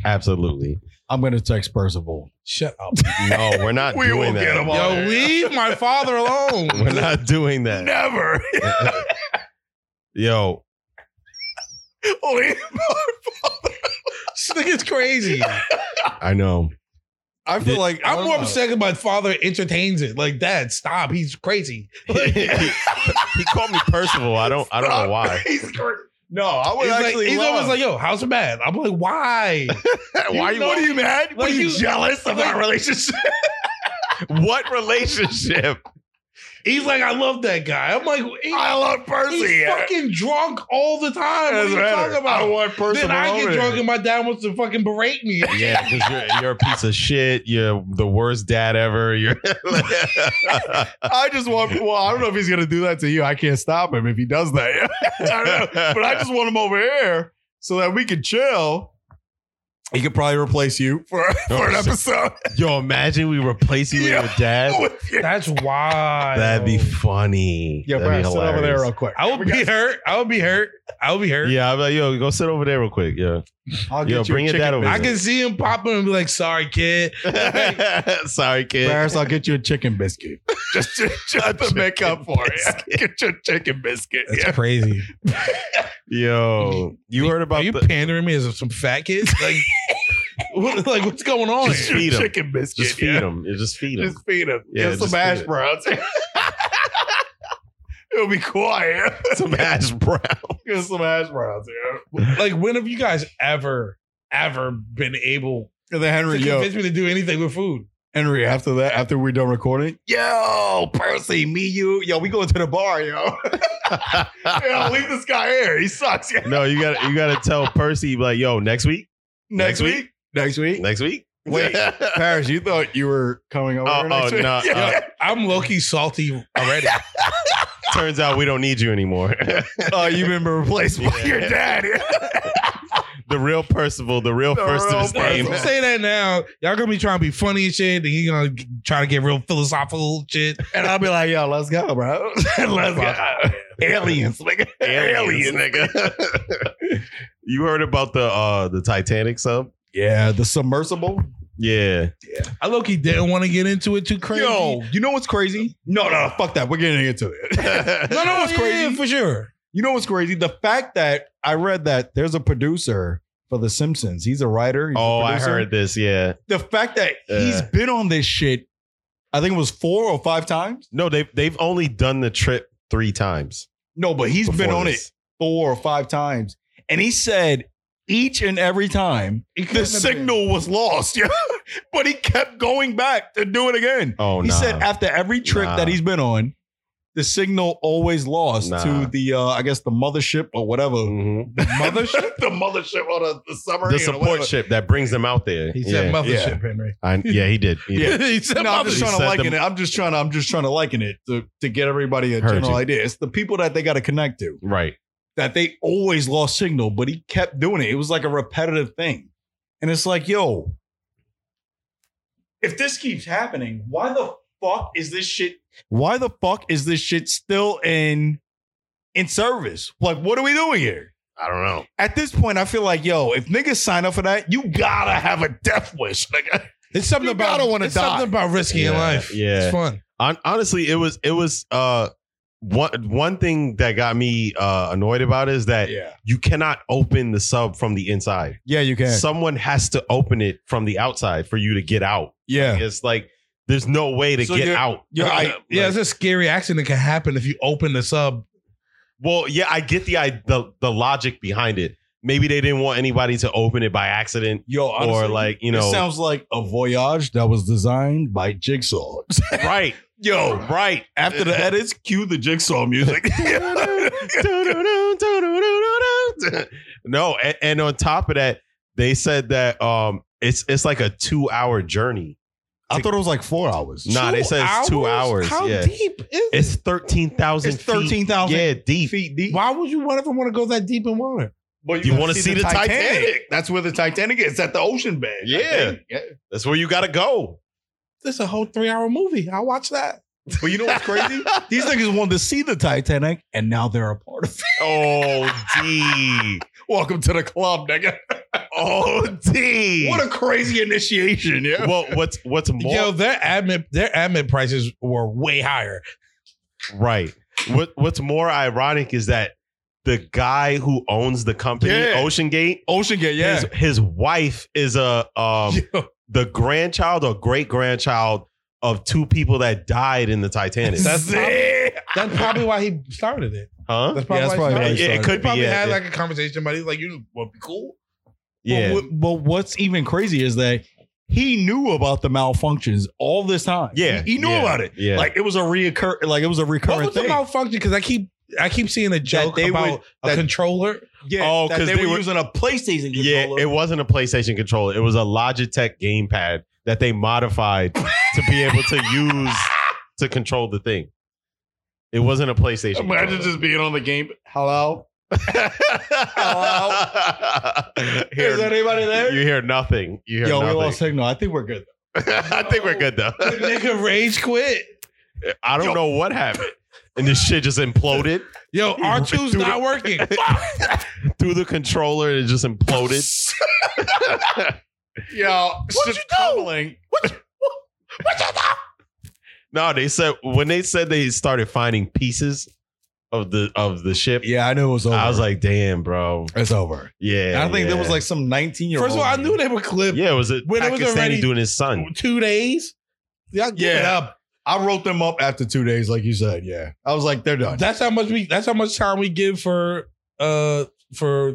[SPEAKER 2] absolutely.
[SPEAKER 3] <laughs> I'm gonna text Percival.
[SPEAKER 4] Shut up.
[SPEAKER 2] No, we're not
[SPEAKER 3] <laughs> We will
[SPEAKER 2] doing
[SPEAKER 3] get him
[SPEAKER 2] that.
[SPEAKER 3] on air.
[SPEAKER 4] Yo, leave my father alone.
[SPEAKER 2] We're not doing that. <laughs>
[SPEAKER 3] <laughs> Never.
[SPEAKER 2] Yo,
[SPEAKER 4] This nigga's crazy.
[SPEAKER 2] I
[SPEAKER 3] <laughs>
[SPEAKER 2] know.
[SPEAKER 3] I feel
[SPEAKER 2] Did-
[SPEAKER 3] like I
[SPEAKER 4] I'm
[SPEAKER 3] don't
[SPEAKER 4] more
[SPEAKER 3] know.
[SPEAKER 4] upset that my father entertains it. Like, Dad, stop. He's crazy.
[SPEAKER 2] <laughs> he, he called me Percival. I don't. I don't know why.
[SPEAKER 3] <laughs> He's crazy. No, I would
[SPEAKER 4] He's, like,
[SPEAKER 3] actually.
[SPEAKER 4] he's
[SPEAKER 3] love-
[SPEAKER 4] always like, yo, how's it bad? I'm like, why?
[SPEAKER 2] why you?
[SPEAKER 3] What are
[SPEAKER 2] What,
[SPEAKER 3] you mad? What
[SPEAKER 4] Like
[SPEAKER 3] are you,
[SPEAKER 4] you-
[SPEAKER 3] jealous of
[SPEAKER 4] like-
[SPEAKER 3] our relationship?
[SPEAKER 2] <laughs>
[SPEAKER 3] <laughs>
[SPEAKER 2] what relationship?
[SPEAKER 4] He's like, I love that guy. I'm like, he-
[SPEAKER 3] I love Percy.
[SPEAKER 4] he's fucking drunk all the time. What are you
[SPEAKER 3] Doesn't matter.
[SPEAKER 4] talking
[SPEAKER 3] I
[SPEAKER 4] about?
[SPEAKER 3] want Percy.
[SPEAKER 4] Then I
[SPEAKER 3] over
[SPEAKER 4] get
[SPEAKER 3] there.
[SPEAKER 4] drunk and my dad wants to fucking berate
[SPEAKER 3] <laughs>
[SPEAKER 4] me.
[SPEAKER 2] <laughs> Yeah, because you're, you're a piece of shit. You're the worst dad ever. You're. <laughs>
[SPEAKER 3] I just want. Well, I don't know if he's gonna do that to you. I can't stop him if he does that. <laughs> I don't know, but I just want him over here so that we can chill. He could probably replace you for, <laughs> for an
[SPEAKER 2] shit.
[SPEAKER 3] <laughs> episode.
[SPEAKER 2] Yo, imagine we replace you
[SPEAKER 3] Yeah.
[SPEAKER 2] with your dad.
[SPEAKER 3] <laughs>
[SPEAKER 4] That's why.
[SPEAKER 2] That'd be funny.
[SPEAKER 3] Yeah,
[SPEAKER 2] That'd
[SPEAKER 3] Brad,
[SPEAKER 2] be
[SPEAKER 3] sit over there
[SPEAKER 2] hilarious.
[SPEAKER 3] real quick.
[SPEAKER 4] I would be hurt. I would be hurt. I would be hurt.
[SPEAKER 2] Yeah, I'm like, yo, go sit over there real quick.
[SPEAKER 3] <laughs>
[SPEAKER 2] Yeah.
[SPEAKER 3] I'll
[SPEAKER 2] Yo, bring your
[SPEAKER 3] chicken
[SPEAKER 2] dad over
[SPEAKER 4] I
[SPEAKER 3] biscuit.
[SPEAKER 4] can see him popping and be like, sorry, kid.
[SPEAKER 2] <laughs> Sorry, kid.
[SPEAKER 3] Paris, I'll get you a chicken
[SPEAKER 4] <laughs>
[SPEAKER 3] biscuit. Just to, just to make up for it. Get your chicken biscuit.
[SPEAKER 4] That's crazy.
[SPEAKER 2] Yo, you heard
[SPEAKER 4] Are
[SPEAKER 2] about
[SPEAKER 4] you
[SPEAKER 2] the
[SPEAKER 4] pandering me as some fat kids?
[SPEAKER 3] <laughs>
[SPEAKER 4] Like, what, like what's going on?
[SPEAKER 2] Just
[SPEAKER 4] here?
[SPEAKER 2] feed him.
[SPEAKER 3] Chicken biscuit.
[SPEAKER 2] just feed
[SPEAKER 3] yeah.
[SPEAKER 2] him. Yeah, Just feed him.
[SPEAKER 3] Just feed him.
[SPEAKER 2] Yeah,
[SPEAKER 3] Get
[SPEAKER 2] just
[SPEAKER 3] some hash
[SPEAKER 2] feed it.
[SPEAKER 3] browns. <laughs> It'll be quiet.
[SPEAKER 2] <laughs> some hash brown.
[SPEAKER 3] Get some hash browns. Yeah.
[SPEAKER 4] Like, when have you guys ever, ever been able
[SPEAKER 3] And then
[SPEAKER 4] to
[SPEAKER 3] Henry, yo,
[SPEAKER 4] convince me to do anything with food?
[SPEAKER 3] Henry, after that, after we're done recording, yo, Percy, me, you, yo, we going to the bar, yo. <laughs> yo, leave this guy here. He sucks. <laughs>
[SPEAKER 2] <laughs>
[SPEAKER 3] Yeah.
[SPEAKER 2] No, you got to you got to tell Percy like, yo, next week, Next week?
[SPEAKER 3] Next week. <laughs>
[SPEAKER 2] next week.
[SPEAKER 3] Wait.
[SPEAKER 2] oh,
[SPEAKER 3] Paris, you thought you were coming over
[SPEAKER 2] oh,
[SPEAKER 3] next
[SPEAKER 2] no.
[SPEAKER 3] week? <laughs>
[SPEAKER 2] uh,
[SPEAKER 4] I'm low key salty already.
[SPEAKER 2] <laughs> turns out we don't need you anymore. <laughs>
[SPEAKER 3] Oh, you've been replaced by
[SPEAKER 2] Yeah.
[SPEAKER 3] <laughs> your dad.
[SPEAKER 2] the real Percival, the real
[SPEAKER 3] The
[SPEAKER 2] first
[SPEAKER 3] real
[SPEAKER 2] of his
[SPEAKER 3] Percival.
[SPEAKER 2] name. <laughs>
[SPEAKER 4] Don't say that now. Y'all gonna be trying to be funny and shit. Then you gonna try to get real philosophical and shit.
[SPEAKER 3] and I'll be like, yo, let's go, bro. <laughs> let's go. <laughs> Aliens, nigga.
[SPEAKER 2] Aliens, nigga. <laughs> you heard about the uh the Titanic sub?
[SPEAKER 3] Yeah, the submersible.
[SPEAKER 2] Yeah.
[SPEAKER 4] I low key didn't want to get into it too crazy.
[SPEAKER 3] Yo, you know what's crazy? No, no, no, fuck that. We're getting into
[SPEAKER 2] <laughs>
[SPEAKER 3] it. <laughs>
[SPEAKER 2] Oh,
[SPEAKER 4] no, no, <laughs>
[SPEAKER 3] it's
[SPEAKER 4] it's
[SPEAKER 3] crazy.
[SPEAKER 4] crazy for sure.
[SPEAKER 3] You know what's crazy? The fact that I read that there's a producer for The Simpsons. He's a writer. he's a
[SPEAKER 2] oh, I
[SPEAKER 3] producer.
[SPEAKER 2] heard this. Yeah.
[SPEAKER 3] The fact that he's
[SPEAKER 2] Yeah.
[SPEAKER 3] been on this shit, I think it was four or five times.
[SPEAKER 2] No, they've they've only done the trip three times.
[SPEAKER 3] No, but he's
[SPEAKER 2] He's
[SPEAKER 3] been on it four or five times. And he said
[SPEAKER 6] each and every time.
[SPEAKER 4] It couldn't
[SPEAKER 3] The
[SPEAKER 4] have been-
[SPEAKER 3] signal was lost, <laughs> yeah. but he kept going back to do it again.
[SPEAKER 2] Oh,
[SPEAKER 3] he
[SPEAKER 2] nah.
[SPEAKER 3] said after every trip
[SPEAKER 2] Nah.
[SPEAKER 3] that he's been on, the signal always lost
[SPEAKER 2] Nah.
[SPEAKER 3] to the uh, I guess the mothership
[SPEAKER 2] <laughs>
[SPEAKER 3] or whatever.
[SPEAKER 2] Mhm.
[SPEAKER 3] Mothership, <laughs> the mothership or the, the submarine.
[SPEAKER 2] the
[SPEAKER 3] or whatever.
[SPEAKER 2] support ship that brings them out there.
[SPEAKER 4] He
[SPEAKER 2] yeah.
[SPEAKER 4] said mothership, Henry.
[SPEAKER 2] I, yeah, he did. He
[SPEAKER 3] Yeah.
[SPEAKER 2] did.
[SPEAKER 4] he said
[SPEAKER 3] No, I'm
[SPEAKER 4] mothership.
[SPEAKER 3] just
[SPEAKER 2] He
[SPEAKER 3] trying to
[SPEAKER 2] said
[SPEAKER 3] liken
[SPEAKER 2] the-
[SPEAKER 3] it. I'm just trying to. I'm just trying to liken it to, to get everybody a
[SPEAKER 2] Heard
[SPEAKER 3] general
[SPEAKER 2] you.
[SPEAKER 3] idea. It's the people that they got to connect to
[SPEAKER 2] Right.
[SPEAKER 3] that they always lost signal, but he kept doing it. It was like a repetitive thing, and it's like, yo, if this keeps happening, why the fuck is this shit? Why the fuck is this shit still in in service? Like, what are we doing here?
[SPEAKER 2] I don't know.
[SPEAKER 3] At this point, I feel like, yo, if niggas sign up for that, you gotta have a death wish, nigga.
[SPEAKER 4] It's something
[SPEAKER 3] You
[SPEAKER 4] about
[SPEAKER 3] gotta wanna
[SPEAKER 4] it's
[SPEAKER 3] die.
[SPEAKER 4] Something about risky in
[SPEAKER 2] Yeah,
[SPEAKER 4] life.
[SPEAKER 2] yeah.
[SPEAKER 4] it's fun.
[SPEAKER 2] Hon- honestly, it was it was uh one one thing that got me uh annoyed about is that
[SPEAKER 3] Yeah,
[SPEAKER 2] you cannot open the sub from the inside.
[SPEAKER 3] yeah, you can.
[SPEAKER 2] Someone has to open it from the outside for you to get out.
[SPEAKER 3] Yeah,
[SPEAKER 2] It's like there's no way to
[SPEAKER 3] So
[SPEAKER 2] get
[SPEAKER 3] you're-
[SPEAKER 2] out.
[SPEAKER 3] you're- I-
[SPEAKER 2] Like,
[SPEAKER 4] Yeah, it's a scary accident can happen if you open the sub.
[SPEAKER 2] well, yeah, I get the, I, the the logic behind it. Maybe they didn't want anybody to open it by accident
[SPEAKER 3] Yo,
[SPEAKER 2] or like, you
[SPEAKER 3] it
[SPEAKER 2] know, <laughs>
[SPEAKER 3] sounds like a voyage that was designed by Jigsaw. <laughs>
[SPEAKER 2] right.
[SPEAKER 3] Yo,
[SPEAKER 2] Right.
[SPEAKER 3] after the edits, cue the Jigsaw music.
[SPEAKER 2] <laughs>
[SPEAKER 3] <laughs>
[SPEAKER 2] no, and, and on top of that, they said that um it's it's like a two hour journey.
[SPEAKER 3] I thought it was like four hours.
[SPEAKER 2] Nah, they said it's two hours.
[SPEAKER 4] How
[SPEAKER 2] yeah.
[SPEAKER 4] deep is it?
[SPEAKER 2] It's thirteen thousand.
[SPEAKER 3] It's 13,000
[SPEAKER 2] Yeah, deep.
[SPEAKER 3] feet deep.
[SPEAKER 4] Why would you ever want to go that deep in water?
[SPEAKER 3] But
[SPEAKER 2] You wanna see the Titanic.
[SPEAKER 3] That's where the Titanic is, at the ocean bed. I
[SPEAKER 2] Yeah.
[SPEAKER 3] think. yeah.
[SPEAKER 2] That's where you gotta go.
[SPEAKER 4] That's a whole three hour movie. I'll watch that.
[SPEAKER 3] But you know what's crazy? These niggas wanted to see the Titanic, and now they're a part of it.
[SPEAKER 2] <laughs>
[SPEAKER 3] <laughs>
[SPEAKER 2] Oh, D.
[SPEAKER 3] Welcome to the club, nigga. <laughs>
[SPEAKER 2] Oh, D.
[SPEAKER 3] What a crazy initiation,
[SPEAKER 2] <laughs>
[SPEAKER 3] yeah.
[SPEAKER 2] well, what's what's more
[SPEAKER 4] Yo, their admin their admin prices were way higher.
[SPEAKER 2] right? What what's more ironic is that the guy who owns the company,
[SPEAKER 3] Yeah.
[SPEAKER 2] Ocean Gate,
[SPEAKER 3] Ocean Gate, yeah.
[SPEAKER 2] his, his wife is a um
[SPEAKER 4] Yo,
[SPEAKER 2] the grandchild or great grandchild of two people that died in the Titanic.
[SPEAKER 4] That's
[SPEAKER 3] Zing.
[SPEAKER 4] that's probably why he started it.
[SPEAKER 2] huh?
[SPEAKER 4] That's probably
[SPEAKER 3] that's probably
[SPEAKER 4] why he
[SPEAKER 3] why
[SPEAKER 4] started
[SPEAKER 3] he
[SPEAKER 4] it.
[SPEAKER 2] Yeah, it could be.
[SPEAKER 4] probably
[SPEAKER 2] Yeah,
[SPEAKER 4] had
[SPEAKER 2] yeah.
[SPEAKER 4] like a conversation, but he's like, you would be cool.
[SPEAKER 2] yeah.
[SPEAKER 3] But, what- but what's even crazy is that he knew about the malfunctions all this time.
[SPEAKER 2] Yeah,
[SPEAKER 3] He, he knew
[SPEAKER 2] yeah,
[SPEAKER 3] about it.
[SPEAKER 2] yeah.
[SPEAKER 3] Like it was a reoccur like it was a
[SPEAKER 4] What
[SPEAKER 3] recurrent
[SPEAKER 4] was the
[SPEAKER 3] thing.
[SPEAKER 4] malfunction? Because I keep I keep seeing a joke
[SPEAKER 3] they
[SPEAKER 4] about
[SPEAKER 3] would-
[SPEAKER 4] a
[SPEAKER 3] that-
[SPEAKER 4] controller.
[SPEAKER 3] yeah,
[SPEAKER 2] Oh,
[SPEAKER 3] that
[SPEAKER 2] 'cause
[SPEAKER 3] they,
[SPEAKER 2] they
[SPEAKER 3] were,
[SPEAKER 2] were-
[SPEAKER 3] using a PlayStation
[SPEAKER 2] Yeah,
[SPEAKER 3] controller.
[SPEAKER 2] it wasn't a PlayStation controller. It was a Logitech gamepad that they modified to be able to use to control the thing. It wasn't a PlayStation.
[SPEAKER 3] Imagine
[SPEAKER 2] controller.
[SPEAKER 3] just being on the game. Hello?
[SPEAKER 2] <laughs> Hear-
[SPEAKER 3] Is anybody there?
[SPEAKER 2] you hear nothing. You hear
[SPEAKER 3] Yo, we
[SPEAKER 2] nothing.
[SPEAKER 3] lost signal. I think we're good.
[SPEAKER 2] <laughs> I think we're good though.
[SPEAKER 3] <laughs>
[SPEAKER 4] Nigga rage quit.
[SPEAKER 2] I don't
[SPEAKER 3] Yo.
[SPEAKER 2] know what happened. And this shit just imploded
[SPEAKER 4] Yo, R2's
[SPEAKER 2] Dude,
[SPEAKER 4] not working.
[SPEAKER 2] through the controller and it just imploded.
[SPEAKER 3] <laughs> Yo,
[SPEAKER 2] What'd you do?
[SPEAKER 3] do?
[SPEAKER 2] No, they said when they said they started finding pieces of the of the ship.
[SPEAKER 3] Yeah, I knew it was over.
[SPEAKER 2] I was like, damn, bro.
[SPEAKER 3] it's over.
[SPEAKER 2] Yeah.
[SPEAKER 3] I think
[SPEAKER 2] yeah.
[SPEAKER 3] there was like some 19 year old.
[SPEAKER 4] First of all, I knew they were clipped.
[SPEAKER 2] Yeah, it was a
[SPEAKER 4] When it
[SPEAKER 2] Pakistani
[SPEAKER 4] was already-
[SPEAKER 2] doing his son.
[SPEAKER 4] Two days. Y'all give it
[SPEAKER 3] Yeah.
[SPEAKER 4] up.
[SPEAKER 3] I wrote them up after two days, like you said. Yeah. I was like, they're done.
[SPEAKER 4] That's how much we. That's how much time we give for uh for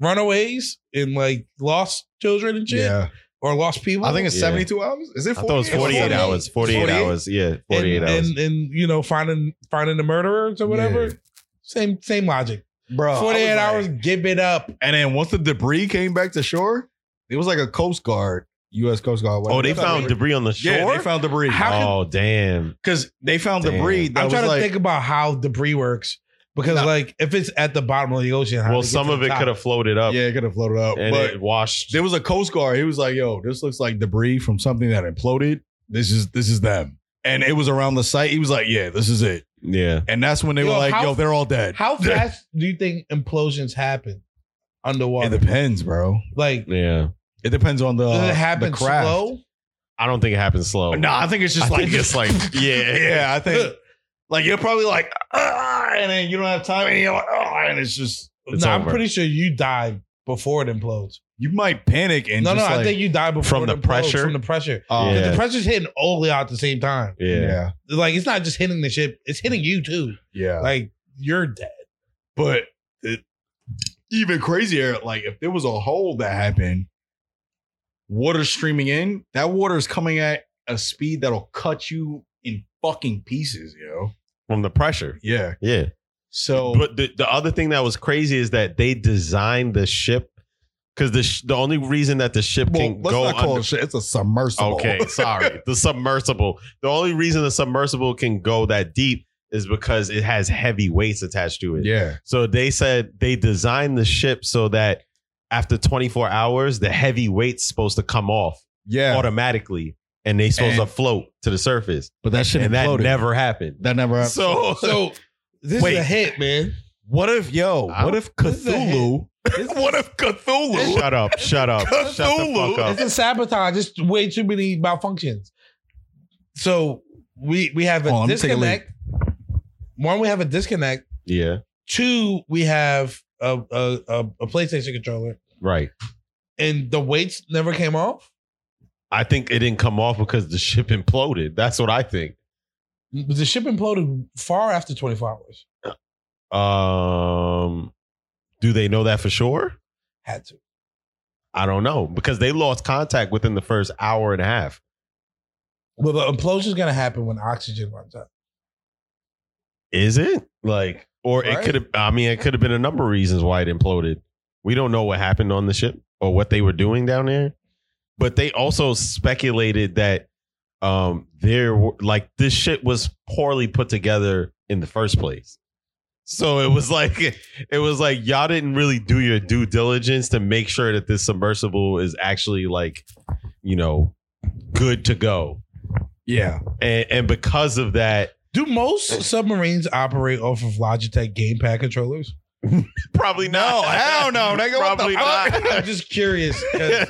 [SPEAKER 4] runaways and like lost children and shit
[SPEAKER 3] yeah.
[SPEAKER 4] or lost people.
[SPEAKER 3] I think it's
[SPEAKER 2] Yeah.
[SPEAKER 3] 72 hours. Is it
[SPEAKER 2] I
[SPEAKER 3] 48?
[SPEAKER 2] thought it was 48
[SPEAKER 4] 48.
[SPEAKER 2] hours. 48,
[SPEAKER 4] 48?
[SPEAKER 2] hours. Yeah, 48
[SPEAKER 4] and,
[SPEAKER 2] hours.
[SPEAKER 4] And, and you know finding finding the murderers or whatever.
[SPEAKER 3] Yeah.
[SPEAKER 4] Same same logic.
[SPEAKER 3] Bro, I
[SPEAKER 4] Forty eight
[SPEAKER 3] was like-
[SPEAKER 4] hours. Give it up.
[SPEAKER 3] And then once the debris came back to shore, it was like a Coast Guard, U.S. Coast Guard.
[SPEAKER 2] oh,
[SPEAKER 3] whatever.
[SPEAKER 2] they found debris on the shore?
[SPEAKER 3] Yeah, they found debris.
[SPEAKER 2] oh, damn.
[SPEAKER 3] Because they found
[SPEAKER 2] Damn.
[SPEAKER 3] debris. That
[SPEAKER 4] I'm
[SPEAKER 3] was
[SPEAKER 4] trying
[SPEAKER 3] like,
[SPEAKER 4] to think about how debris works because
[SPEAKER 3] Nah.
[SPEAKER 4] like if it's at the bottom of the ocean, how
[SPEAKER 2] Well,
[SPEAKER 4] they get
[SPEAKER 2] some
[SPEAKER 4] to
[SPEAKER 2] of
[SPEAKER 4] the
[SPEAKER 2] it
[SPEAKER 4] top?
[SPEAKER 2] could have floated up
[SPEAKER 3] Yeah, it could have floated up.
[SPEAKER 2] and
[SPEAKER 3] but
[SPEAKER 2] it washed.
[SPEAKER 3] there was a Coast Guard. He was like, "Yo, this looks like debris from something that imploded. This is this is them." And it was around the site. He was like, "Yeah, this is it."
[SPEAKER 2] yeah.
[SPEAKER 3] And that's when they
[SPEAKER 4] Yo,
[SPEAKER 3] were like,
[SPEAKER 4] how-
[SPEAKER 3] "Yo, they're all dead." <laughs>
[SPEAKER 4] How fast do you think implosions happen
[SPEAKER 3] It
[SPEAKER 4] underwater?
[SPEAKER 3] depends, bro.
[SPEAKER 4] like
[SPEAKER 2] Yeah.
[SPEAKER 3] It depends on uh, the
[SPEAKER 4] does it
[SPEAKER 3] the
[SPEAKER 4] happen
[SPEAKER 3] craft.
[SPEAKER 4] slow?
[SPEAKER 2] I don't think it happened slow.
[SPEAKER 3] No, I think it's
[SPEAKER 2] I
[SPEAKER 3] just like
[SPEAKER 2] think it's like, yeah.
[SPEAKER 3] <laughs> yeah, I think <laughs> like you're probably like, ah, and then you don't have time, and you're like, oh, and it's just
[SPEAKER 2] It's
[SPEAKER 4] no, I'm
[SPEAKER 2] over.
[SPEAKER 4] pretty sure you die before it implodes.
[SPEAKER 3] you might panic and
[SPEAKER 4] no, no,
[SPEAKER 3] just
[SPEAKER 4] I
[SPEAKER 3] like-
[SPEAKER 4] think you die before
[SPEAKER 2] From
[SPEAKER 4] it
[SPEAKER 2] the
[SPEAKER 4] implodes,
[SPEAKER 2] pressure?
[SPEAKER 4] From the pressure,
[SPEAKER 3] Oh,
[SPEAKER 2] Yeah.
[SPEAKER 4] the pressure's hitting all y'all at the same time.
[SPEAKER 2] Yeah.
[SPEAKER 3] yeah,
[SPEAKER 4] Like it's not just hitting the ship; it's hitting you too.
[SPEAKER 3] yeah.
[SPEAKER 4] Like you're dead.
[SPEAKER 3] But it, even crazier, like if there was a hole that happened, water streaming in, that water is coming at a speed that'll cut you in fucking pieces, yo.
[SPEAKER 2] from the pressure.
[SPEAKER 3] Yeah.
[SPEAKER 2] Yeah.
[SPEAKER 3] So
[SPEAKER 2] But the, the other thing that was crazy is that they designed the ship because the sh- the only reason that the ship
[SPEAKER 3] well,
[SPEAKER 2] can
[SPEAKER 3] let's
[SPEAKER 2] go
[SPEAKER 3] not call
[SPEAKER 2] under.
[SPEAKER 3] it shit. It's a submersible.
[SPEAKER 2] Okay, sorry. The submersible. The only reason the submersible can go that deep is because it has heavy weights attached to it.
[SPEAKER 3] <laughs> yeah.
[SPEAKER 2] So they said they designed the ship so that after 24 hours, the heavy weight's supposed to come off
[SPEAKER 3] Yeah.
[SPEAKER 2] automatically, and they supposed to
[SPEAKER 3] And-
[SPEAKER 2] float to the surface,
[SPEAKER 3] But that shit
[SPEAKER 2] and that
[SPEAKER 3] imploded.
[SPEAKER 2] never happened.
[SPEAKER 3] that never happened.
[SPEAKER 2] So, <laughs>
[SPEAKER 4] So this
[SPEAKER 2] Wait.
[SPEAKER 4] is a hit, man.
[SPEAKER 3] what if yo,
[SPEAKER 2] I
[SPEAKER 3] what if
[SPEAKER 4] this is a
[SPEAKER 3] Cthulhu? What if Cthulhu?
[SPEAKER 2] shut up, shut up, shut the
[SPEAKER 3] Cthulhu.
[SPEAKER 2] fuck up.
[SPEAKER 4] It's a sabotage. It's way too many malfunctions. So we we have a
[SPEAKER 3] Hold on, let me take a leak.
[SPEAKER 4] disconnect. One, we have a disconnect.
[SPEAKER 2] Yeah,
[SPEAKER 4] Two, we have a a, a, a PlayStation controller,
[SPEAKER 2] right.
[SPEAKER 4] and the weights never came off.
[SPEAKER 2] I think it didn't come off because the ship imploded. That's what I think.
[SPEAKER 4] The ship imploded far after 24 hours.
[SPEAKER 2] Um, do they know that for sure?
[SPEAKER 4] Had to.
[SPEAKER 2] I don't know because they lost contact within the first hour and a half.
[SPEAKER 4] Well, the implosion is going to happen when oxygen runs out.
[SPEAKER 2] Is it like, or it
[SPEAKER 4] Right.
[SPEAKER 2] could have? I mean, it could have been a number of reasons why it imploded. We don't know what happened on the ship or what they were doing down there, but they also speculated that um there were like this shit was poorly put together in the first place. So it was like <laughs> it was like y'all didn't really do your due diligence to make sure that this submersible is actually like, you know, good to go.
[SPEAKER 3] Yeah.
[SPEAKER 2] And and because of that,
[SPEAKER 4] Do most submarines operate off of Logitech gamepad controllers?
[SPEAKER 2] Probably not.
[SPEAKER 3] No, hell no, nigga. What
[SPEAKER 2] Probably
[SPEAKER 3] the fuck?
[SPEAKER 4] I'm just curious. 'cause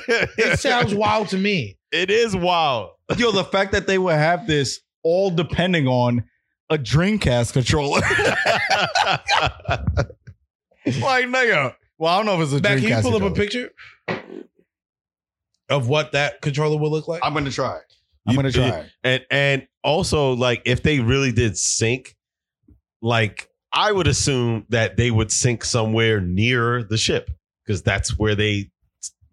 [SPEAKER 3] <laughs>
[SPEAKER 4] It sounds wild to me.
[SPEAKER 2] <laughs> It is wild.
[SPEAKER 3] Yo, the fact that they would have this all depending on a Dreamcast controller. <laughs> like, nigga. Well, I don't know if it's a
[SPEAKER 4] Back, can you
[SPEAKER 3] Dreamcast
[SPEAKER 4] pull up a
[SPEAKER 3] controller.
[SPEAKER 4] picture of what that controller would look like?
[SPEAKER 3] I'm gonna try. it. I'm
[SPEAKER 2] You-
[SPEAKER 3] gonna try. it.
[SPEAKER 2] <laughs> and and also like if they really did sink, like I would assume that they would sink somewhere near the ship because that's where they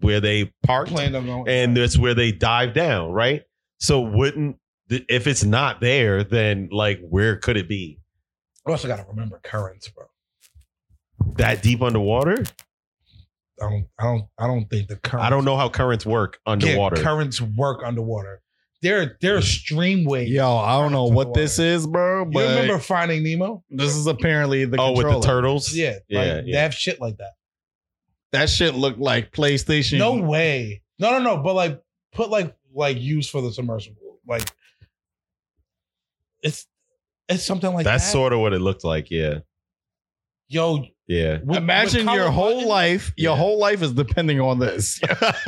[SPEAKER 2] where they parked
[SPEAKER 4] Planned on going.
[SPEAKER 2] and that's where they dive down, right? So wouldn't th- if it's not there, then like where could it be?
[SPEAKER 4] I also got to remember currents, bro.
[SPEAKER 2] That deep underwater?
[SPEAKER 4] I don't, I don't, I don't think the currents.
[SPEAKER 2] I don't know how currents work
[SPEAKER 4] Yeah,
[SPEAKER 2] underwater.
[SPEAKER 4] currents work underwater. They're they're stream waves.
[SPEAKER 3] Yo, I don't know what this is, bro,
[SPEAKER 4] you
[SPEAKER 3] but
[SPEAKER 4] remember Finding Nemo?
[SPEAKER 3] this is apparently the
[SPEAKER 2] oh, with the
[SPEAKER 3] controller.
[SPEAKER 2] turtles?
[SPEAKER 4] Yeah, like,
[SPEAKER 2] Yeah,
[SPEAKER 4] They
[SPEAKER 2] yeah.
[SPEAKER 4] have shit like that.
[SPEAKER 3] That shit looked like PlayStation.
[SPEAKER 4] No way. No, no, no. But like, put like like use for the submersible. Like, it's it's something like
[SPEAKER 2] That's
[SPEAKER 4] that.
[SPEAKER 2] sort of what it looked like. Yeah.
[SPEAKER 4] Yo,
[SPEAKER 2] <laughs> Yeah.
[SPEAKER 4] with-
[SPEAKER 3] Imagine
[SPEAKER 4] with
[SPEAKER 3] your
[SPEAKER 4] color
[SPEAKER 3] whole
[SPEAKER 4] buttons-
[SPEAKER 3] life. Your
[SPEAKER 2] Yeah.
[SPEAKER 3] whole life is depending on this.
[SPEAKER 2] R3,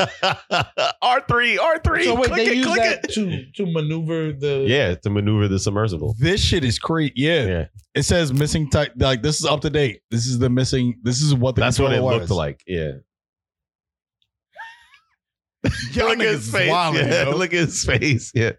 [SPEAKER 2] R3.
[SPEAKER 4] So wait, they use that to to maneuver the.
[SPEAKER 2] Yeah, to maneuver the submersible.
[SPEAKER 3] This shit is crazy. Yeah.
[SPEAKER 2] Yeah.
[SPEAKER 3] It says missing type. Like this is up to date. This is the missing. This is what the
[SPEAKER 2] That's what it
[SPEAKER 3] controller
[SPEAKER 2] looked
[SPEAKER 3] was.
[SPEAKER 2] like. Yeah.
[SPEAKER 3] Y'all
[SPEAKER 2] Look at
[SPEAKER 3] niggas
[SPEAKER 2] his face.
[SPEAKER 3] wildin',
[SPEAKER 2] yeah.
[SPEAKER 3] yo.
[SPEAKER 2] Look at his face. Yeah.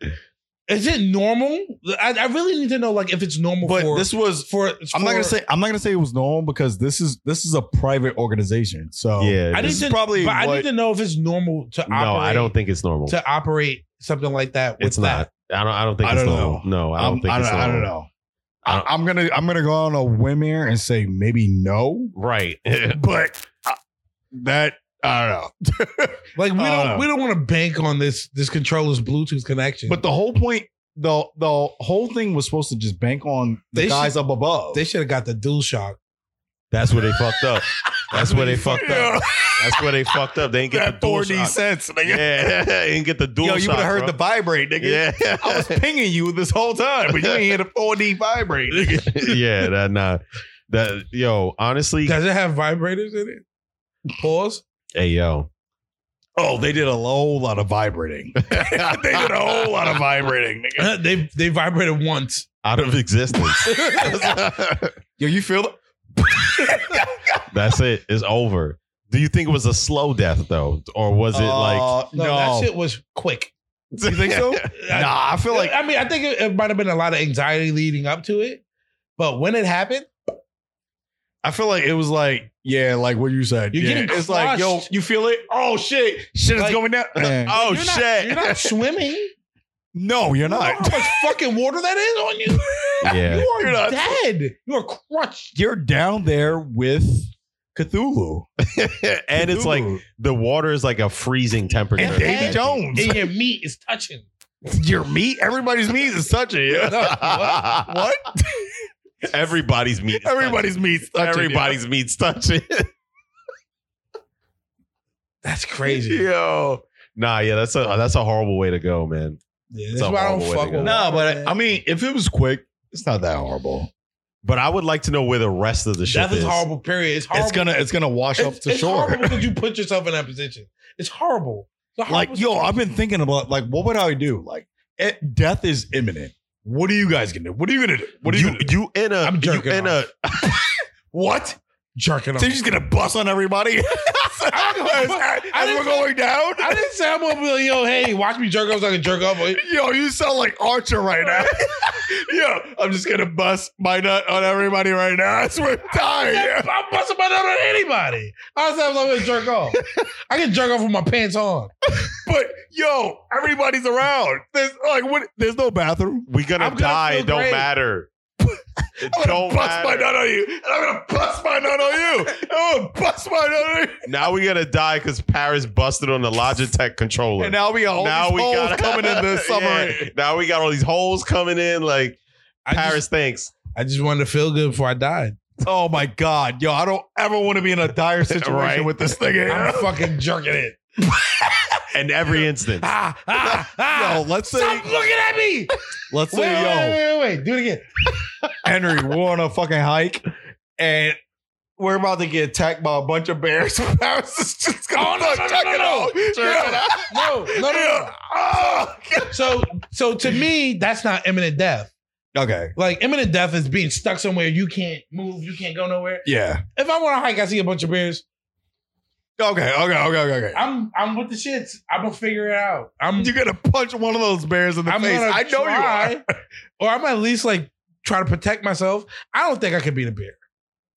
[SPEAKER 4] Is it normal? I, I really need to know like if it's normal
[SPEAKER 3] But
[SPEAKER 4] for
[SPEAKER 3] this was.
[SPEAKER 4] for.
[SPEAKER 3] I'm not gonna
[SPEAKER 4] for-
[SPEAKER 3] say. I'm not gonna say it was normal because this is this is a private organization. So
[SPEAKER 2] yeah.
[SPEAKER 4] I need
[SPEAKER 3] this is
[SPEAKER 4] to
[SPEAKER 3] probably
[SPEAKER 4] But I
[SPEAKER 3] what-
[SPEAKER 4] need to know if it's normal to
[SPEAKER 2] no,
[SPEAKER 4] operate.
[SPEAKER 2] I don't think it's normal.
[SPEAKER 4] to operate something like that. With
[SPEAKER 2] It's not. I don't I don't think
[SPEAKER 3] I
[SPEAKER 2] it's
[SPEAKER 3] don't
[SPEAKER 2] normal. No, I don't
[SPEAKER 3] I'm-
[SPEAKER 2] think
[SPEAKER 3] I
[SPEAKER 2] it's
[SPEAKER 3] don't, I
[SPEAKER 2] normal.
[SPEAKER 3] don't know.
[SPEAKER 2] I
[SPEAKER 3] I
[SPEAKER 2] don't-
[SPEAKER 3] am gonna I'm gonna go on a whim here and say maybe no,
[SPEAKER 2] Right. <laughs>
[SPEAKER 3] but uh, that I don't know. <laughs>
[SPEAKER 4] That. Like we
[SPEAKER 3] I don't
[SPEAKER 4] don't
[SPEAKER 3] know.
[SPEAKER 4] we don't want to bank on this this controller's Bluetooth connection.
[SPEAKER 3] but the whole point, the the whole thing was supposed to just bank on the
[SPEAKER 4] They
[SPEAKER 3] guys up above.
[SPEAKER 4] they should have got the dual shock.
[SPEAKER 2] That's where they fucked up. That's
[SPEAKER 3] <laughs>
[SPEAKER 2] where they fucked
[SPEAKER 3] Yeah.
[SPEAKER 2] up. That's where they fucked up. They didn't get
[SPEAKER 3] That
[SPEAKER 2] the dual
[SPEAKER 3] 4D <laughs>
[SPEAKER 2] shot.
[SPEAKER 3] cents, nigga.
[SPEAKER 2] Yeah, <laughs> they didn't get the dual
[SPEAKER 3] Yo, you would
[SPEAKER 2] shot.
[SPEAKER 3] have heard
[SPEAKER 2] bro.
[SPEAKER 3] the vibrate, nigga.
[SPEAKER 2] Yeah.
[SPEAKER 3] I was pinging you this whole time, but you ain't hear the 4D vibrate.
[SPEAKER 2] <laughs>
[SPEAKER 3] nigga.
[SPEAKER 2] yeah, that nah. That yo, honestly,
[SPEAKER 4] Does it have vibrators in it? Pause.
[SPEAKER 2] hey yo,
[SPEAKER 3] Oh, they did a whole lot
[SPEAKER 2] <laughs>
[SPEAKER 3] of vibrating. <laughs> they did a whole lot of vibrating, nigga.
[SPEAKER 4] <laughs> they they vibrated once.
[SPEAKER 2] out of
[SPEAKER 3] <laughs>
[SPEAKER 2] existence.
[SPEAKER 3] Yo, you feel the-
[SPEAKER 2] That's it. It's over. Do you think it was a slow death though, or was it like? <laughs>
[SPEAKER 3] Uh,
[SPEAKER 4] No, that shit was quick.
[SPEAKER 3] You think so? <laughs> nah, I feel like
[SPEAKER 4] I mean, I think it, it might have been a lot of anxiety leading up to it, but when it happened,
[SPEAKER 3] I feel like it was like, yeah, like what you said.
[SPEAKER 4] You're
[SPEAKER 3] Yeah.
[SPEAKER 4] getting
[SPEAKER 3] It's like, yo,
[SPEAKER 4] crushed.
[SPEAKER 3] you feel it? Oh shit, shit is
[SPEAKER 4] Like-
[SPEAKER 3] going down. <laughs>
[SPEAKER 2] Oh
[SPEAKER 4] You're not-
[SPEAKER 2] shit!
[SPEAKER 4] you're not swimming.
[SPEAKER 3] no, you're
[SPEAKER 4] You know
[SPEAKER 3] not.
[SPEAKER 4] how much fucking water that is on you?
[SPEAKER 2] <laughs> yeah,
[SPEAKER 4] You are
[SPEAKER 3] You're not-
[SPEAKER 4] dead. You are
[SPEAKER 3] <laughs>
[SPEAKER 4] crushed.
[SPEAKER 3] You're down there with Cthulhu,
[SPEAKER 2] and it's
[SPEAKER 3] <laughs>
[SPEAKER 2] like the water is like a freezing temperature.
[SPEAKER 4] And Davy
[SPEAKER 2] That-
[SPEAKER 3] Jones. <laughs>
[SPEAKER 4] And your meat is touching.
[SPEAKER 3] your meat. Everybody's meat is touching. you. <laughs>
[SPEAKER 4] <laughs>
[SPEAKER 3] What?
[SPEAKER 2] Everybody's meat. is
[SPEAKER 3] Everybody's meat's
[SPEAKER 2] touching.
[SPEAKER 3] touching.
[SPEAKER 2] everybody's meat's touching. <laughs>
[SPEAKER 4] That's
[SPEAKER 3] yo.
[SPEAKER 4] crazy.
[SPEAKER 3] yo.
[SPEAKER 2] nah, yeah, that's a that's a horrible way to go, man.
[SPEAKER 4] That's
[SPEAKER 2] a
[SPEAKER 4] why I
[SPEAKER 2] horrible
[SPEAKER 4] don't
[SPEAKER 2] way to
[SPEAKER 4] fuck
[SPEAKER 2] go.
[SPEAKER 4] with
[SPEAKER 3] No,
[SPEAKER 4] water,
[SPEAKER 3] but
[SPEAKER 4] man.
[SPEAKER 3] I mean, if it was quick, it's not that horrible.
[SPEAKER 2] But I would like to know where the rest of the shit
[SPEAKER 4] death is horrible. Period. It's horrible.
[SPEAKER 3] It's gonna it's gonna wash up to
[SPEAKER 4] it's
[SPEAKER 3] shore.
[SPEAKER 4] horrible because you put yourself in that position. It's horrible. It's a
[SPEAKER 3] like
[SPEAKER 4] horrible
[SPEAKER 3] yo i've
[SPEAKER 4] situation.
[SPEAKER 3] been thinking about like what would i do like it, death is imminent what are you guys gonna do what are you gonna do what are you,
[SPEAKER 2] you
[SPEAKER 3] gonna do?
[SPEAKER 2] you in a
[SPEAKER 4] I'm
[SPEAKER 2] you
[SPEAKER 4] jerking
[SPEAKER 2] in a
[SPEAKER 3] <laughs> what
[SPEAKER 4] jerking
[SPEAKER 3] <laughs>
[SPEAKER 4] off.
[SPEAKER 3] so you're just gonna bust on everybody <laughs> as, as
[SPEAKER 4] didn't
[SPEAKER 3] we're going down
[SPEAKER 4] I didn't say I'm gonna be like, yo, hey, watch me jerk off so I can jerk off.
[SPEAKER 3] yo you sound like archer right now <laughs> yo i'm just gonna bust my nut on everybody right now as we're dying
[SPEAKER 4] I'm busting my nut on anybody. I said I'm gonna jerk off. I can jerk off with my pants on.
[SPEAKER 3] <laughs> but yo everybody's around there's like what there's no bathroom
[SPEAKER 2] we gonna
[SPEAKER 4] I'm gonna
[SPEAKER 2] die.
[SPEAKER 4] feel
[SPEAKER 2] it don't
[SPEAKER 3] <laughs>
[SPEAKER 4] great.
[SPEAKER 2] matter. It
[SPEAKER 3] I'm gonna
[SPEAKER 2] don't
[SPEAKER 3] bust my
[SPEAKER 2] matter.
[SPEAKER 3] nut on you, and I'm gonna bust my nut on you. I'm gonna bust my nut on you.
[SPEAKER 2] Now we gonna die because Paris busted on the Logitech controller.
[SPEAKER 3] And now we got all
[SPEAKER 2] now
[SPEAKER 3] these
[SPEAKER 2] we
[SPEAKER 3] holes
[SPEAKER 2] got
[SPEAKER 3] coming in this
[SPEAKER 2] <laughs>
[SPEAKER 3] summer.
[SPEAKER 2] Yeah. Now we got all these holes coming in. Like
[SPEAKER 4] I
[SPEAKER 2] Paris,
[SPEAKER 4] just,
[SPEAKER 2] thanks.
[SPEAKER 4] I just wanted to feel good before I died.
[SPEAKER 3] Oh my god, yo! I don't ever want to be in a dire situation
[SPEAKER 2] Right.
[SPEAKER 3] with this thing. <laughs>
[SPEAKER 4] I'm
[SPEAKER 3] Yo,
[SPEAKER 4] fucking
[SPEAKER 3] <laughs>
[SPEAKER 4] jerking it.
[SPEAKER 2] And every instant,
[SPEAKER 4] Ah, ah, ah.
[SPEAKER 3] let's say,
[SPEAKER 4] Stop looking at me.
[SPEAKER 3] let's say,
[SPEAKER 4] Wait, wait,
[SPEAKER 3] yo,
[SPEAKER 4] wait, wait, wait. Do it again.
[SPEAKER 3] <laughs> Henry, we're on a fucking hike, and we're about to get attacked by a bunch of bears. <laughs> Paris is just
[SPEAKER 2] Oh,
[SPEAKER 3] going
[SPEAKER 4] no,
[SPEAKER 3] to
[SPEAKER 4] no, no,
[SPEAKER 3] check
[SPEAKER 4] no,
[SPEAKER 3] it
[SPEAKER 4] no.
[SPEAKER 3] out.
[SPEAKER 4] Check it
[SPEAKER 3] Yeah. <laughs>
[SPEAKER 4] No, no, no, no.
[SPEAKER 3] Yeah. Oh.
[SPEAKER 4] So, so to me, that's not imminent death.
[SPEAKER 3] Okay,
[SPEAKER 4] Like imminent death is being stuck somewhere you can't move, you can't go nowhere.
[SPEAKER 3] yeah.
[SPEAKER 4] If I want to hike, I see a bunch of bears.
[SPEAKER 3] Okay, okay, okay, okay, okay.
[SPEAKER 4] I'm, I'm with the shits. I'm gonna figure it out. I'm,
[SPEAKER 3] You're gonna punch one of those bears in the
[SPEAKER 4] I'm
[SPEAKER 3] face.
[SPEAKER 4] gonna
[SPEAKER 3] I know
[SPEAKER 4] try,
[SPEAKER 3] you are. <laughs>
[SPEAKER 4] or I'm at least like try to protect myself. I don't think I could beat a bear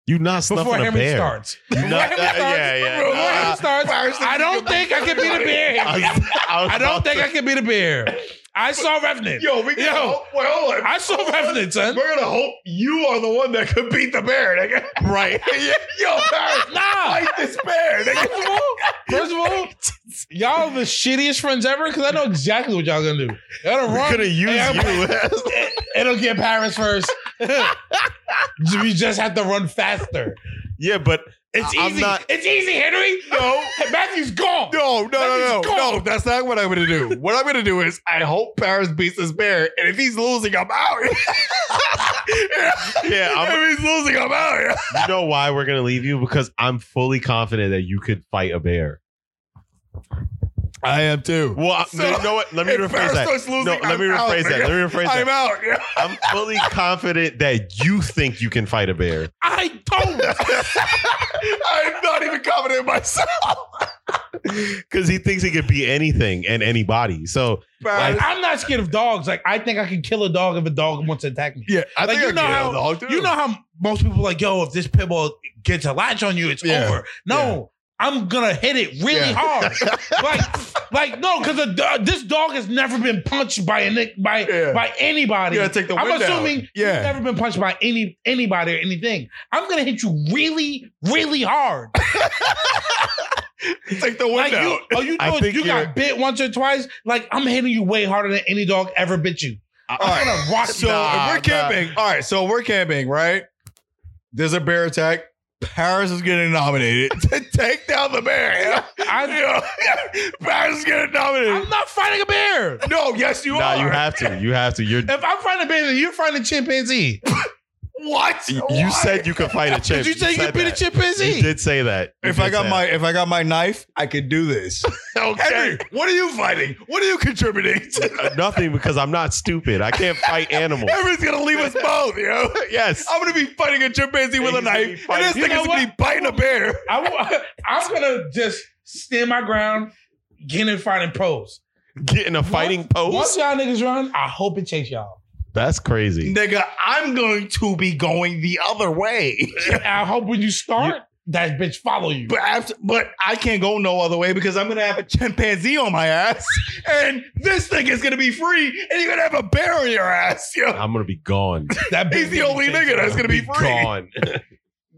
[SPEAKER 2] you not snuffing
[SPEAKER 4] before
[SPEAKER 2] a
[SPEAKER 4] Henry
[SPEAKER 2] bear.
[SPEAKER 4] starts.
[SPEAKER 2] You not-
[SPEAKER 4] Henry
[SPEAKER 2] uh,
[SPEAKER 4] starts.
[SPEAKER 2] yeah, yeah.
[SPEAKER 4] Before
[SPEAKER 2] Nah.
[SPEAKER 4] Henry starts, I don't think I could
[SPEAKER 3] <laughs>
[SPEAKER 4] beat a bear.
[SPEAKER 2] <laughs> I, was-
[SPEAKER 4] Henry.
[SPEAKER 2] was
[SPEAKER 4] I don't
[SPEAKER 2] about
[SPEAKER 4] think
[SPEAKER 2] to-
[SPEAKER 4] I could beat a bear. I saw Revenant.
[SPEAKER 3] Yo, we
[SPEAKER 4] Yo.
[SPEAKER 3] got. Yo,
[SPEAKER 2] <laughs>
[SPEAKER 3] wait, hold on.
[SPEAKER 4] I saw Revenant, son.
[SPEAKER 3] We're gonna hope you are the one that could beat the bear, nigga. <laughs> Right. Yo, Paris,
[SPEAKER 4] <laughs> Nah.
[SPEAKER 3] fight this bear, nigga.
[SPEAKER 4] First of all, first of all, y'all the shittiest friends ever because I know exactly what y'all gonna do. Y'all gonna
[SPEAKER 2] We're
[SPEAKER 4] run.
[SPEAKER 2] gonna use
[SPEAKER 4] Hey, I'm-
[SPEAKER 2] you. <laughs>
[SPEAKER 4] <laughs> It'll get Paris first. <laughs> we just have to run faster.
[SPEAKER 2] yeah, but
[SPEAKER 4] It's
[SPEAKER 2] I- I'm
[SPEAKER 4] easy.
[SPEAKER 2] not-
[SPEAKER 4] it's easy, Henry. No, Matthew's
[SPEAKER 3] <laughs>
[SPEAKER 4] gone.
[SPEAKER 3] No, no, no, no,
[SPEAKER 4] He's gone.
[SPEAKER 3] no. That's not what I'm gonna do. What I'm gonna do is I hope Paris beats this bear, and if he's losing, I'm out. <laughs>
[SPEAKER 2] yeah, I'm,
[SPEAKER 3] if he's losing, I'm out.
[SPEAKER 2] you know why we're gonna leave you because I'm fully confident that you could fight a bear.
[SPEAKER 3] I am too.
[SPEAKER 2] Well, I-
[SPEAKER 3] So,
[SPEAKER 2] you know what? Let me
[SPEAKER 3] If Paris
[SPEAKER 2] rephrase that.
[SPEAKER 3] starts losing,
[SPEAKER 2] No, let
[SPEAKER 3] I'm
[SPEAKER 2] me
[SPEAKER 3] out,
[SPEAKER 2] rephrase that.
[SPEAKER 3] nigga.
[SPEAKER 2] Let me rephrase
[SPEAKER 3] I'm
[SPEAKER 2] that.
[SPEAKER 3] out. <laughs>
[SPEAKER 2] I'm fully confident that you think you can fight a bear.
[SPEAKER 4] I don't.
[SPEAKER 3] I'm not even confident in <laughs> myself.
[SPEAKER 2] Because he thinks he could be anything and anybody. So
[SPEAKER 4] Like, I'm not scared of dogs. Like I think I can kill a dog if a dog wants to attack me.
[SPEAKER 3] yeah, I
[SPEAKER 4] Like,
[SPEAKER 3] think
[SPEAKER 4] you
[SPEAKER 3] I
[SPEAKER 4] know
[SPEAKER 3] get
[SPEAKER 4] how-
[SPEAKER 3] a dog, too.
[SPEAKER 4] You know how most people are like, yo, if this pit bull gets a latch on you, it's
[SPEAKER 3] Yeah.
[SPEAKER 4] over. No, I'm gonna hit it really
[SPEAKER 3] Yeah. <laughs>
[SPEAKER 4] hard. like, like no, because this dog has never been punched by a nick by
[SPEAKER 3] Yeah.
[SPEAKER 4] by anybody.
[SPEAKER 3] You gotta take the
[SPEAKER 4] I'm
[SPEAKER 3] wind out.
[SPEAKER 4] assuming
[SPEAKER 3] Yeah.
[SPEAKER 4] you've never been punched by any anybody or anything. I'm gonna hit you really, really hard.
[SPEAKER 3] take the wind
[SPEAKER 4] Like you,
[SPEAKER 3] out.
[SPEAKER 4] oh, you
[SPEAKER 2] I
[SPEAKER 4] know,
[SPEAKER 2] think
[SPEAKER 4] you
[SPEAKER 2] you're-
[SPEAKER 4] got bit once or twice. Like I'm hitting you way harder than any dog ever bit you.
[SPEAKER 2] I-
[SPEAKER 3] Uh, All
[SPEAKER 4] I'm
[SPEAKER 3] right.
[SPEAKER 4] gonna rock
[SPEAKER 3] So
[SPEAKER 4] you.
[SPEAKER 2] Nah,
[SPEAKER 3] if
[SPEAKER 2] nah.
[SPEAKER 3] we're camping. All right. So we're camping, right? There's a bear attack. Paris is getting nominated <laughs> to take down the bear. <laughs>
[SPEAKER 4] I,
[SPEAKER 3] Yeah. Paris is getting nominated.
[SPEAKER 4] I'm not fighting a bear.
[SPEAKER 3] no, yes, you
[SPEAKER 2] nah,
[SPEAKER 3] are.
[SPEAKER 2] you have to. You have to. You're
[SPEAKER 4] If I'm fighting a bear, then you're fighting a chimpanzee.
[SPEAKER 3] what?
[SPEAKER 2] you
[SPEAKER 3] Why?
[SPEAKER 2] said you could fight a chimp.
[SPEAKER 4] Did you say you
[SPEAKER 2] said
[SPEAKER 4] beat a
[SPEAKER 2] that.
[SPEAKER 4] chimpanzee?
[SPEAKER 2] You
[SPEAKER 3] <laughs>
[SPEAKER 2] did say that. You
[SPEAKER 3] If I
[SPEAKER 2] did
[SPEAKER 3] got
[SPEAKER 2] say
[SPEAKER 3] my if I got my knife, I could do this.
[SPEAKER 2] that.
[SPEAKER 3] Henry, what are you fighting? What are <laughs> you <laughs> contributing? to?
[SPEAKER 2] Uh, nothing because I'm not stupid. I can't fight
[SPEAKER 3] <laughs>
[SPEAKER 2] animals.
[SPEAKER 3] Everyone's gonna leave us both, you know.
[SPEAKER 2] yes.
[SPEAKER 3] I'm gonna be fighting a chimpanzee with
[SPEAKER 2] He's
[SPEAKER 3] a
[SPEAKER 2] gonna be
[SPEAKER 3] knife, and
[SPEAKER 2] fighting-
[SPEAKER 3] this
[SPEAKER 4] You
[SPEAKER 3] thing
[SPEAKER 4] know
[SPEAKER 3] is gonna
[SPEAKER 4] what?
[SPEAKER 3] be biting a bear.
[SPEAKER 4] I, wa- <laughs> I'm gonna just stand my ground, get in fighting pose.
[SPEAKER 2] Get in a fighting
[SPEAKER 4] Once
[SPEAKER 2] pose.
[SPEAKER 4] y'all niggas run, I hope it chase y'all.
[SPEAKER 2] That's crazy.
[SPEAKER 3] Nigga, I'm going to be going the other way.
[SPEAKER 4] I hope when you start, that bitch follow you.
[SPEAKER 3] But, abs- but I can't go no other way because I'm gonna have a chimpanzee on my ass, and this thing is gonna be free, and you're gonna have a bear on your ass. Yo.
[SPEAKER 2] I'm gonna be gone.
[SPEAKER 4] that bitch
[SPEAKER 3] He's the only nigga that's gonna be free.
[SPEAKER 2] gone.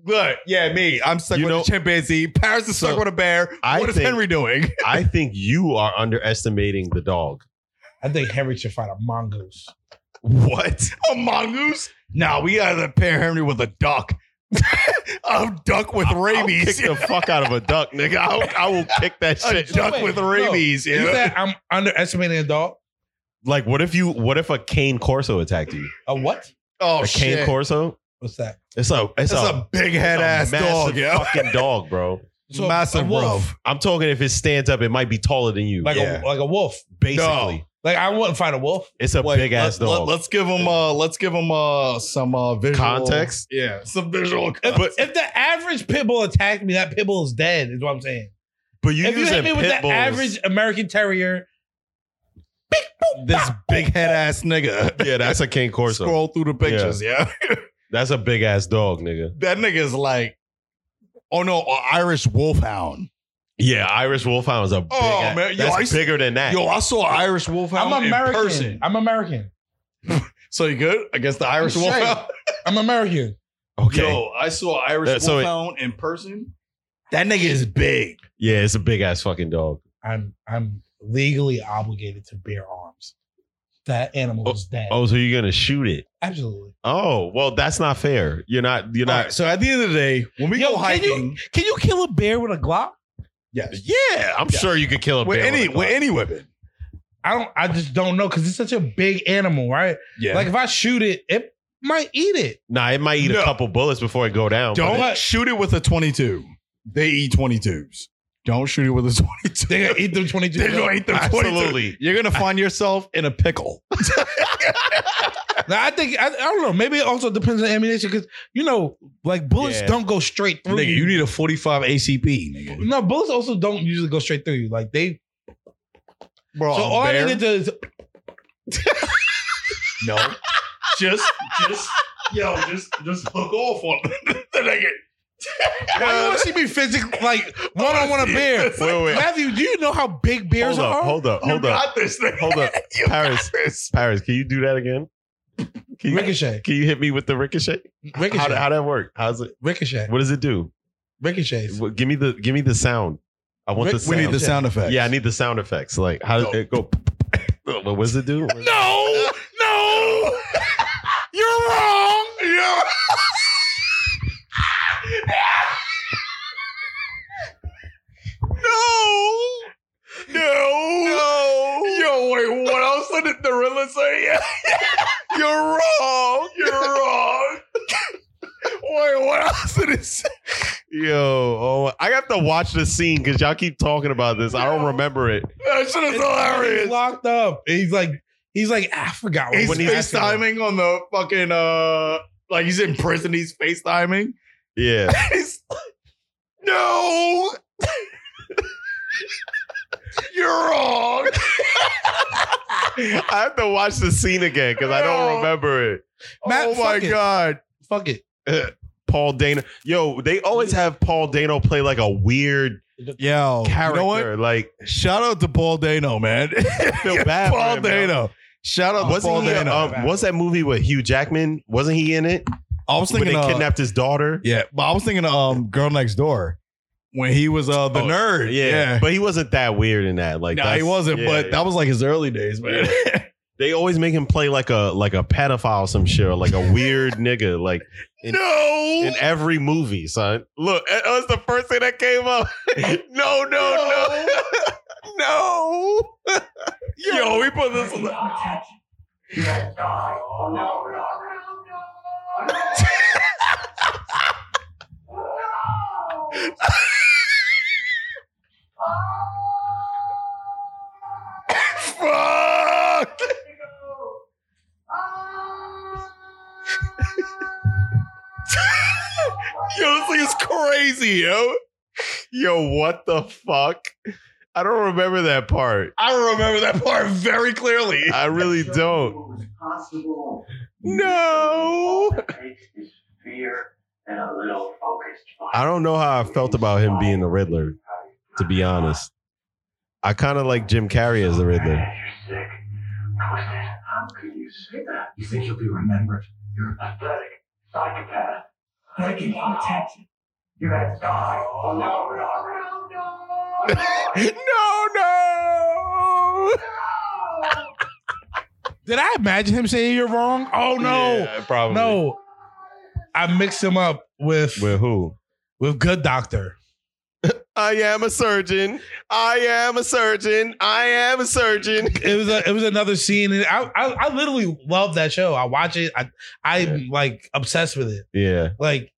[SPEAKER 3] Look, yeah, me. I'm stuck
[SPEAKER 2] You
[SPEAKER 3] with
[SPEAKER 2] know-
[SPEAKER 3] a chimpanzee. Paris is stuck
[SPEAKER 2] So,
[SPEAKER 3] with a bear.
[SPEAKER 2] I
[SPEAKER 3] what is
[SPEAKER 2] think-
[SPEAKER 3] Henry doing?
[SPEAKER 2] I think you are underestimating the dog.
[SPEAKER 4] I think Henry should fight a mongoose.
[SPEAKER 3] What? <laughs> A mongoose? Nah, we gotta pair Henry with a duck. <laughs> a duck with
[SPEAKER 2] I'll
[SPEAKER 3] rabies.
[SPEAKER 2] kick the fuck out of a duck, nigga. I'll, I will kick
[SPEAKER 3] <laughs>
[SPEAKER 2] that
[SPEAKER 3] a
[SPEAKER 2] shit.
[SPEAKER 3] duck
[SPEAKER 4] wait,
[SPEAKER 3] with
[SPEAKER 4] Oh, no.
[SPEAKER 3] rabies.
[SPEAKER 4] You
[SPEAKER 3] yeah.
[SPEAKER 4] said I'm underestimating a dog.
[SPEAKER 2] Like, what if you? What if a cane corso attacked you?
[SPEAKER 4] A what?
[SPEAKER 3] oh
[SPEAKER 2] a cane
[SPEAKER 3] shit.
[SPEAKER 2] corso?
[SPEAKER 4] What's that?
[SPEAKER 2] It's a. It's
[SPEAKER 3] That's
[SPEAKER 2] a.
[SPEAKER 3] a big
[SPEAKER 2] it's
[SPEAKER 3] head
[SPEAKER 2] a
[SPEAKER 3] ass
[SPEAKER 2] massive
[SPEAKER 3] dog. Yeah.
[SPEAKER 2] Fucking dog, bro.
[SPEAKER 4] So, a
[SPEAKER 3] Massive
[SPEAKER 4] wolf.
[SPEAKER 3] rough.
[SPEAKER 2] I'm talking if it stands up, it might be taller than you.
[SPEAKER 4] Like
[SPEAKER 3] Yeah.
[SPEAKER 4] a like a wolf.
[SPEAKER 2] basically,
[SPEAKER 4] Like I wouldn't fight a wolf.
[SPEAKER 2] it's a
[SPEAKER 3] Wait,
[SPEAKER 2] big ass
[SPEAKER 3] let-
[SPEAKER 2] dog.
[SPEAKER 3] Let, us give him uh let's give him uh some uh visual
[SPEAKER 2] Context?
[SPEAKER 3] Yeah, some visual
[SPEAKER 4] If,
[SPEAKER 3] context. But,
[SPEAKER 4] if the average pit bull attacked me, that pit bull is dead. Is what I'm saying.
[SPEAKER 2] but you
[SPEAKER 4] if you
[SPEAKER 2] using
[SPEAKER 4] hit me with
[SPEAKER 2] pit
[SPEAKER 4] the
[SPEAKER 2] bulls.
[SPEAKER 4] average American Terrier,
[SPEAKER 3] this big head ass
[SPEAKER 2] <laughs>
[SPEAKER 3] nigga.
[SPEAKER 2] yeah, that's a cane corso.
[SPEAKER 3] Scroll through the pictures, yeah. <laughs>
[SPEAKER 2] That's a big ass dog, nigga.
[SPEAKER 3] that nigga is like oh no, a Irish wolfhound.
[SPEAKER 2] Yeah, Irish wolfhound is a big.
[SPEAKER 3] Oh,
[SPEAKER 2] ass-
[SPEAKER 3] man. Yo, I
[SPEAKER 2] that's
[SPEAKER 3] used-
[SPEAKER 2] bigger than that.
[SPEAKER 3] Yo, I saw an Irish wolfhound.
[SPEAKER 4] I'm American.
[SPEAKER 3] In person.
[SPEAKER 4] I'm American.
[SPEAKER 3] So you good against the Irish
[SPEAKER 4] I'm
[SPEAKER 3] wolfhound?
[SPEAKER 4] I'm American.
[SPEAKER 2] okay,
[SPEAKER 3] Yo, I saw an Irish
[SPEAKER 2] Uh, so it-
[SPEAKER 3] wolfhound in person. That nigga is big.
[SPEAKER 2] yeah, it's a big ass fucking dog.
[SPEAKER 4] I'm I'm legally obligated to bear arms. That animal is dead.
[SPEAKER 2] Oh, so you're gonna shoot it?
[SPEAKER 4] Absolutely.
[SPEAKER 2] Oh, well, that's not fair. You're not. You're
[SPEAKER 3] All
[SPEAKER 2] not.
[SPEAKER 3] right, so at the end of the day, when we
[SPEAKER 4] Yo,
[SPEAKER 3] go
[SPEAKER 4] can you-
[SPEAKER 3] hiking,
[SPEAKER 4] Can you kill a bear with a Glock?
[SPEAKER 3] yes,
[SPEAKER 2] Yeah, I'm
[SPEAKER 3] Yeah.
[SPEAKER 2] sure you could kill a
[SPEAKER 3] with
[SPEAKER 2] bear
[SPEAKER 3] any
[SPEAKER 2] with a
[SPEAKER 3] with
[SPEAKER 2] Glock.
[SPEAKER 3] any weapon.
[SPEAKER 4] I don't. I just don't know because it's such a big animal, right?
[SPEAKER 3] Yeah,
[SPEAKER 4] Like if I shoot it, it might eat it.
[SPEAKER 2] Nah, it might eat
[SPEAKER 3] No.
[SPEAKER 2] a couple bullets before it go down. but
[SPEAKER 3] Don't
[SPEAKER 2] it-
[SPEAKER 3] shoot it with a 22. They eat 22s. Don't shoot it with a 22.
[SPEAKER 4] They gonna eat them twenty two.
[SPEAKER 3] They're gonna eat them 22.
[SPEAKER 2] Absolutely.
[SPEAKER 3] You're gonna find yourself in a <laughs> pickle.
[SPEAKER 4] Now, I think I, I don't know. Maybe it also depends on ammunition because you know, like bullets
[SPEAKER 2] Yeah.
[SPEAKER 4] don't go straight through you.
[SPEAKER 3] need a 45 ACP, nigga.
[SPEAKER 4] No, bullets also don't usually go straight through you. Like they.
[SPEAKER 3] Bro,
[SPEAKER 4] so
[SPEAKER 3] a
[SPEAKER 4] all
[SPEAKER 3] bear?
[SPEAKER 4] I need to do <laughs> is
[SPEAKER 3] no. <laughs> just just yo, just just hook off on <laughs> the nigga.
[SPEAKER 4] why you want to see me physically like one on one a bear. <laughs>
[SPEAKER 2] Wait, wait.
[SPEAKER 4] Matthew, do you know how big bears
[SPEAKER 2] Hold up,
[SPEAKER 4] are?
[SPEAKER 2] hold up,
[SPEAKER 3] You
[SPEAKER 2] hold up,
[SPEAKER 3] got this nigga.
[SPEAKER 2] hold up.
[SPEAKER 3] You
[SPEAKER 2] Paris,
[SPEAKER 3] got this.
[SPEAKER 2] Paris, can you do that again? Can you,
[SPEAKER 4] Ricochet,
[SPEAKER 2] can you hit me with the ricochet?
[SPEAKER 4] ricochet,
[SPEAKER 2] How how that work? How's it?
[SPEAKER 4] ricochet,
[SPEAKER 2] What does it do?
[SPEAKER 4] ricochet.
[SPEAKER 2] What- Give me the give me the sound. I want the
[SPEAKER 3] We
[SPEAKER 2] sound.
[SPEAKER 3] need the sound effects.
[SPEAKER 2] yeah, I need the sound effects. Like how does
[SPEAKER 3] No.
[SPEAKER 2] it go? <laughs> What does it do?
[SPEAKER 3] No! No! You're wrong! You're No! No! No! Yo, wait, what else did the gorilla say? You're wrong! You're wrong! wait, what else did it say?
[SPEAKER 2] Yo, oh, I have to watch the scene because y'all keep talking about this. I don't remember it.
[SPEAKER 3] That shit is
[SPEAKER 4] He's
[SPEAKER 3] hilarious!
[SPEAKER 4] locked up. He's like, he's like, "Ah, I forgot what
[SPEAKER 3] He's
[SPEAKER 4] when
[SPEAKER 3] FaceTiming on the fucking, uh, like he's in prison, he's FaceTiming.
[SPEAKER 2] Yeah,
[SPEAKER 3] He's- no. You're wrong.
[SPEAKER 2] I have to watch the scene again because I don't
[SPEAKER 3] No.
[SPEAKER 2] remember it.
[SPEAKER 4] Matt,
[SPEAKER 3] oh my
[SPEAKER 4] fuck it.
[SPEAKER 3] god.
[SPEAKER 4] Fuck it.
[SPEAKER 2] Paul Dano. Yo, they always have Paul Dano play like a weird
[SPEAKER 3] Yo,
[SPEAKER 2] character.
[SPEAKER 3] you know what?
[SPEAKER 2] Like,
[SPEAKER 3] Shout out to Paul Dano, <laughs> man.
[SPEAKER 2] feel bad. for
[SPEAKER 3] Paul
[SPEAKER 2] him, yo.
[SPEAKER 3] Dano. Shout out to
[SPEAKER 2] Wasn't
[SPEAKER 3] Paul
[SPEAKER 2] he,
[SPEAKER 3] Dano.
[SPEAKER 2] um, what's that movie with Hugh Jackman? Wasn't he in it?
[SPEAKER 3] I was
[SPEAKER 2] When
[SPEAKER 3] thinking,
[SPEAKER 2] they
[SPEAKER 3] uh,
[SPEAKER 2] kidnapped his daughter.
[SPEAKER 3] yeah, but I was thinking, um, Girl Next Door when he was uh the
[SPEAKER 2] Oh,
[SPEAKER 3] nerd.
[SPEAKER 2] Yeah, but he wasn't that weird in that. Like,
[SPEAKER 3] Nah,
[SPEAKER 2] that's-
[SPEAKER 3] he wasn't,
[SPEAKER 2] yeah,
[SPEAKER 3] but
[SPEAKER 2] yeah.
[SPEAKER 3] that was like his early days, man. <laughs>
[SPEAKER 2] they always make him play like a like a pedophile, or some shit, or like a weird <laughs> nigga, like In-
[SPEAKER 3] no,
[SPEAKER 2] in every movie, son. Look, that was the first thing that came up. no, no, no,
[SPEAKER 3] <laughs>
[SPEAKER 2] no.
[SPEAKER 3] yo, we put this. On the- Fuck! yo, this thing is crazy, yo.
[SPEAKER 2] Yo, what the fuck? I don't remember that part.
[SPEAKER 3] I remember that part very clearly.
[SPEAKER 2] I really don't.
[SPEAKER 7] Possible
[SPEAKER 2] No.
[SPEAKER 7] fear and a little focused.
[SPEAKER 2] I don't know how I felt about him being the Riddler, to be honest. I kind of like Jim Carrey as the Riddler.
[SPEAKER 7] You're sick. Twisted. How could you say that? You think you'll be remembered? You're a pathetic psychopath. I can protect you. You're gonna die. Oh, no, no, no, no.
[SPEAKER 2] No,
[SPEAKER 4] <laughs> Did I imagine him saying you're wrong? Oh no,
[SPEAKER 2] probably.
[SPEAKER 4] no. I mixed him up with
[SPEAKER 2] With
[SPEAKER 4] with,
[SPEAKER 2] who?
[SPEAKER 4] Good Doctor.
[SPEAKER 2] I am a surgeon. I am a surgeon. I am a <laughs> surgeon.
[SPEAKER 4] It was a, it was another scene, and I, I I literally love that show. I watch it. I I'm like obsessed with it.
[SPEAKER 2] Yeah.
[SPEAKER 4] Like.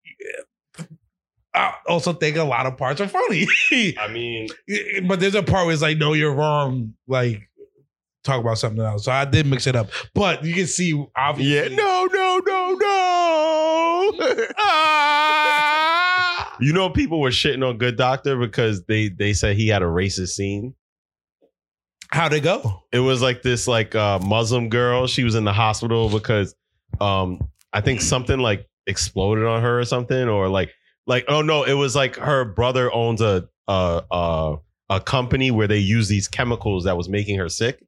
[SPEAKER 4] I also think a lot of parts are funny, <laughs>
[SPEAKER 2] I mean,
[SPEAKER 4] but there's a part where it's like, no, you're wrong. Like, talk about something else. So I did mix it up, but you can see, obviously,
[SPEAKER 2] yeah. No, no, no,
[SPEAKER 4] <laughs>
[SPEAKER 2] no. Ah! you know, people were shitting on Good Doctor because they they said he had a racist scene.
[SPEAKER 4] how'd it go?
[SPEAKER 2] it was like this like uh Muslim girl. She was in the hospital because um I think something like exploded on her or something or like like oh no, it was like her brother owns a a a, a company where they use these chemicals that was making her sick.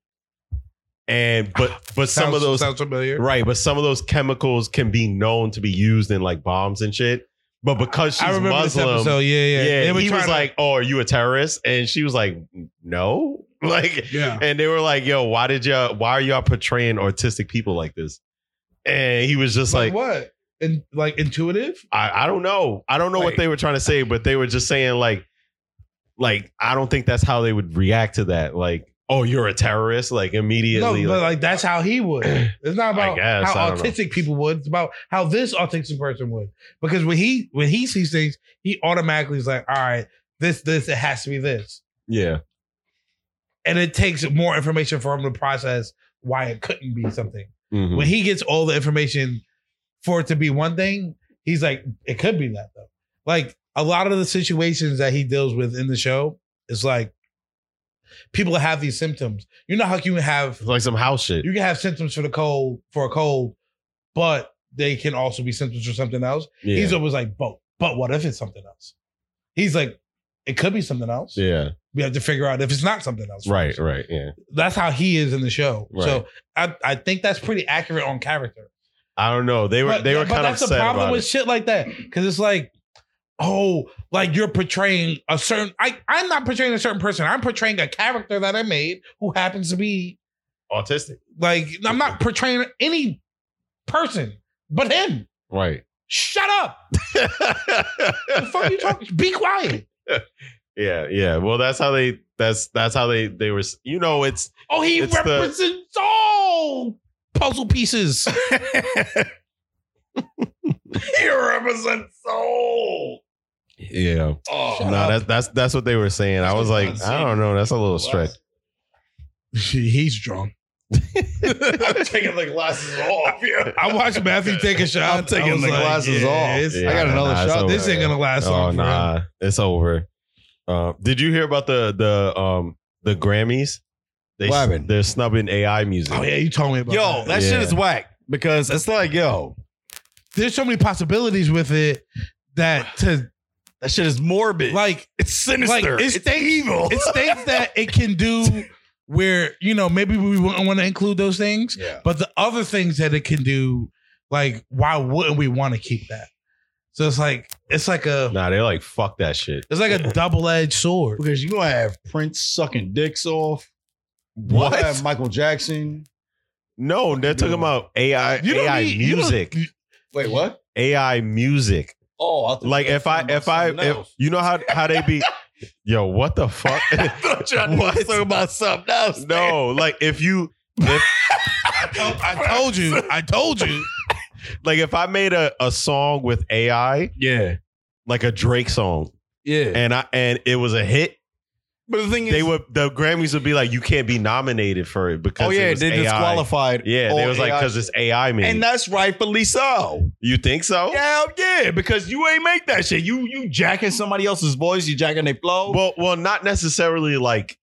[SPEAKER 2] And but but some of
[SPEAKER 4] Sounds-
[SPEAKER 2] those
[SPEAKER 4] sounds
[SPEAKER 2] <laughs>
[SPEAKER 4] familiar.
[SPEAKER 2] right, but some of those chemicals can be known to be used in like bombs and shit. But because she's
[SPEAKER 4] I remember
[SPEAKER 2] Muslim,
[SPEAKER 4] this episode. Yeah, yeah.
[SPEAKER 2] yeah,
[SPEAKER 4] They were
[SPEAKER 2] he was
[SPEAKER 4] trying to-
[SPEAKER 2] like, "Oh, are you a terrorist?" And she was like, "No." <laughs> Like
[SPEAKER 4] yeah.
[SPEAKER 2] and they were like, "Yo, why did y'all? Why are y'all portraying autistic people like this?" And he was just like,
[SPEAKER 4] what? And like intuitive?
[SPEAKER 2] I, "I don't know. I don't know what
[SPEAKER 4] Like-
[SPEAKER 2] they were trying to say, but they were just saying like, like I don't think that's how they would react to that. Like, oh, you're a terrorist, like
[SPEAKER 4] No,
[SPEAKER 2] immediately.
[SPEAKER 4] but
[SPEAKER 2] like,
[SPEAKER 4] like that's how
[SPEAKER 2] <clears throat>
[SPEAKER 4] he would. It's not about
[SPEAKER 2] guess, I
[SPEAKER 4] how
[SPEAKER 2] don't know.
[SPEAKER 4] autistic people would. It's about how this autistic person would. Because when he when he sees things, he automatically is like, all right, this this it has to be this,
[SPEAKER 2] yeah,
[SPEAKER 4] and it takes more information for him to process why it couldn't be something.
[SPEAKER 2] Mhm.
[SPEAKER 4] When he gets all the information for it to be one thing, he's like, it could be that though. Like a lot of the situations that he deals with in the show, it's like people have these symptoms. You know how you can have
[SPEAKER 2] It's like some house shit.
[SPEAKER 4] you can have symptoms for the cold for a cold, but they can also be symptoms for something else.
[SPEAKER 2] Yeah,
[SPEAKER 4] He's always like, but but what if it's something else? He's like, it could be something else.
[SPEAKER 2] yeah,
[SPEAKER 4] We have to figure out if it's not something else.
[SPEAKER 2] right,
[SPEAKER 4] first.
[SPEAKER 2] right, yeah.
[SPEAKER 4] That's how he is in the show.
[SPEAKER 2] Right.
[SPEAKER 4] So I, I think that's pretty accurate on character
[SPEAKER 2] I don't know. They were they were kind of
[SPEAKER 4] that's
[SPEAKER 2] upset
[SPEAKER 4] the problem
[SPEAKER 2] about
[SPEAKER 4] with
[SPEAKER 2] it.
[SPEAKER 4] shit like that because it's like oh like you're portraying a certain i i'm not portraying a certain person i'm portraying a character that i made who happens to be
[SPEAKER 2] autistic,
[SPEAKER 4] like i'm not portraying any person but him
[SPEAKER 2] <laughs> right?
[SPEAKER 4] shut up the fuck
[SPEAKER 3] <laughs>
[SPEAKER 4] you talking be quiet
[SPEAKER 2] yeah, yeah. Well, that's how they. That's that's how they they were. s- You know, it's
[SPEAKER 4] oh he
[SPEAKER 2] It's the-
[SPEAKER 4] represents all puzzle pieces
[SPEAKER 3] He represents soul.
[SPEAKER 2] Yeah.
[SPEAKER 3] Oh,
[SPEAKER 2] no, that's that's that's what they were saying. I was like, I don't know, that's a little stretch.
[SPEAKER 4] he's drunk
[SPEAKER 3] I'm taking the glasses off. Yeah.
[SPEAKER 4] i watched matthew take a shot
[SPEAKER 3] I'm taking
[SPEAKER 4] I was
[SPEAKER 3] the glasses off.
[SPEAKER 4] it's-
[SPEAKER 3] I got another
[SPEAKER 2] it's
[SPEAKER 3] shot.
[SPEAKER 2] over.
[SPEAKER 4] this ain't gonna last
[SPEAKER 2] Oh
[SPEAKER 4] long for him.
[SPEAKER 2] nah, it's over. Uh, did you hear about the the um the Grammys? They
[SPEAKER 3] What happened?
[SPEAKER 2] they're snubbing AI music.
[SPEAKER 4] Oh yeah, you told me about
[SPEAKER 3] Yo,
[SPEAKER 4] that.
[SPEAKER 3] that
[SPEAKER 2] Yeah.
[SPEAKER 3] shit is whack because it's like, yo,
[SPEAKER 4] There's so many possibilities with it that to
[SPEAKER 3] that shit is morbid.
[SPEAKER 4] like
[SPEAKER 3] it's
[SPEAKER 4] like
[SPEAKER 3] sinister.
[SPEAKER 4] it's things
[SPEAKER 3] evil.
[SPEAKER 4] it's things that it can do where you know maybe we wouldn't want to include those things,
[SPEAKER 3] yeah.
[SPEAKER 4] but the other things that it can do, like why wouldn't we want to keep that? So it's like it's like a
[SPEAKER 2] Nah, they're like fuck that shit.
[SPEAKER 4] it's
[SPEAKER 2] <laughs>
[SPEAKER 4] like a double edged sword.
[SPEAKER 3] Because you gonna have Prince sucking dicks off.
[SPEAKER 2] What?
[SPEAKER 3] You have Michael Jackson.
[SPEAKER 2] No, they're talking about AI
[SPEAKER 4] You don't
[SPEAKER 2] AI
[SPEAKER 4] need- you don't-
[SPEAKER 2] music.
[SPEAKER 3] Wait, what?
[SPEAKER 2] AI music.
[SPEAKER 3] Oh, I thought
[SPEAKER 2] Like
[SPEAKER 3] you were
[SPEAKER 2] if I
[SPEAKER 3] talking
[SPEAKER 2] if
[SPEAKER 3] about
[SPEAKER 2] I
[SPEAKER 3] something
[SPEAKER 2] if,
[SPEAKER 3] else.
[SPEAKER 2] you know how how they
[SPEAKER 3] <laughs>
[SPEAKER 2] be Yo, what the fuck?
[SPEAKER 3] thought
[SPEAKER 2] <laughs>
[SPEAKER 3] y'all
[SPEAKER 2] What?
[SPEAKER 3] was talking about something else.
[SPEAKER 2] no, like if you
[SPEAKER 4] I told you, I told you.
[SPEAKER 2] like if I made a, a song with AI,
[SPEAKER 3] Yeah.
[SPEAKER 2] like a Drake song,
[SPEAKER 3] Yeah.
[SPEAKER 2] and I and it was a hit,
[SPEAKER 3] But the thing is,
[SPEAKER 2] They would the Grammys would be like, you can't be nominated for it because
[SPEAKER 3] oh yeah,
[SPEAKER 2] it was
[SPEAKER 3] they
[SPEAKER 2] AI.
[SPEAKER 3] disqualified.
[SPEAKER 2] Yeah, they
[SPEAKER 3] all
[SPEAKER 2] was like
[SPEAKER 3] AI.
[SPEAKER 2] because it's AI man.
[SPEAKER 3] and that's rightfully so.
[SPEAKER 2] you think so?
[SPEAKER 3] Yeah, yeah, because you ain't make that shit. You you jacking somebody else's voice, you jacking their flow.
[SPEAKER 2] Well, well, not necessarily like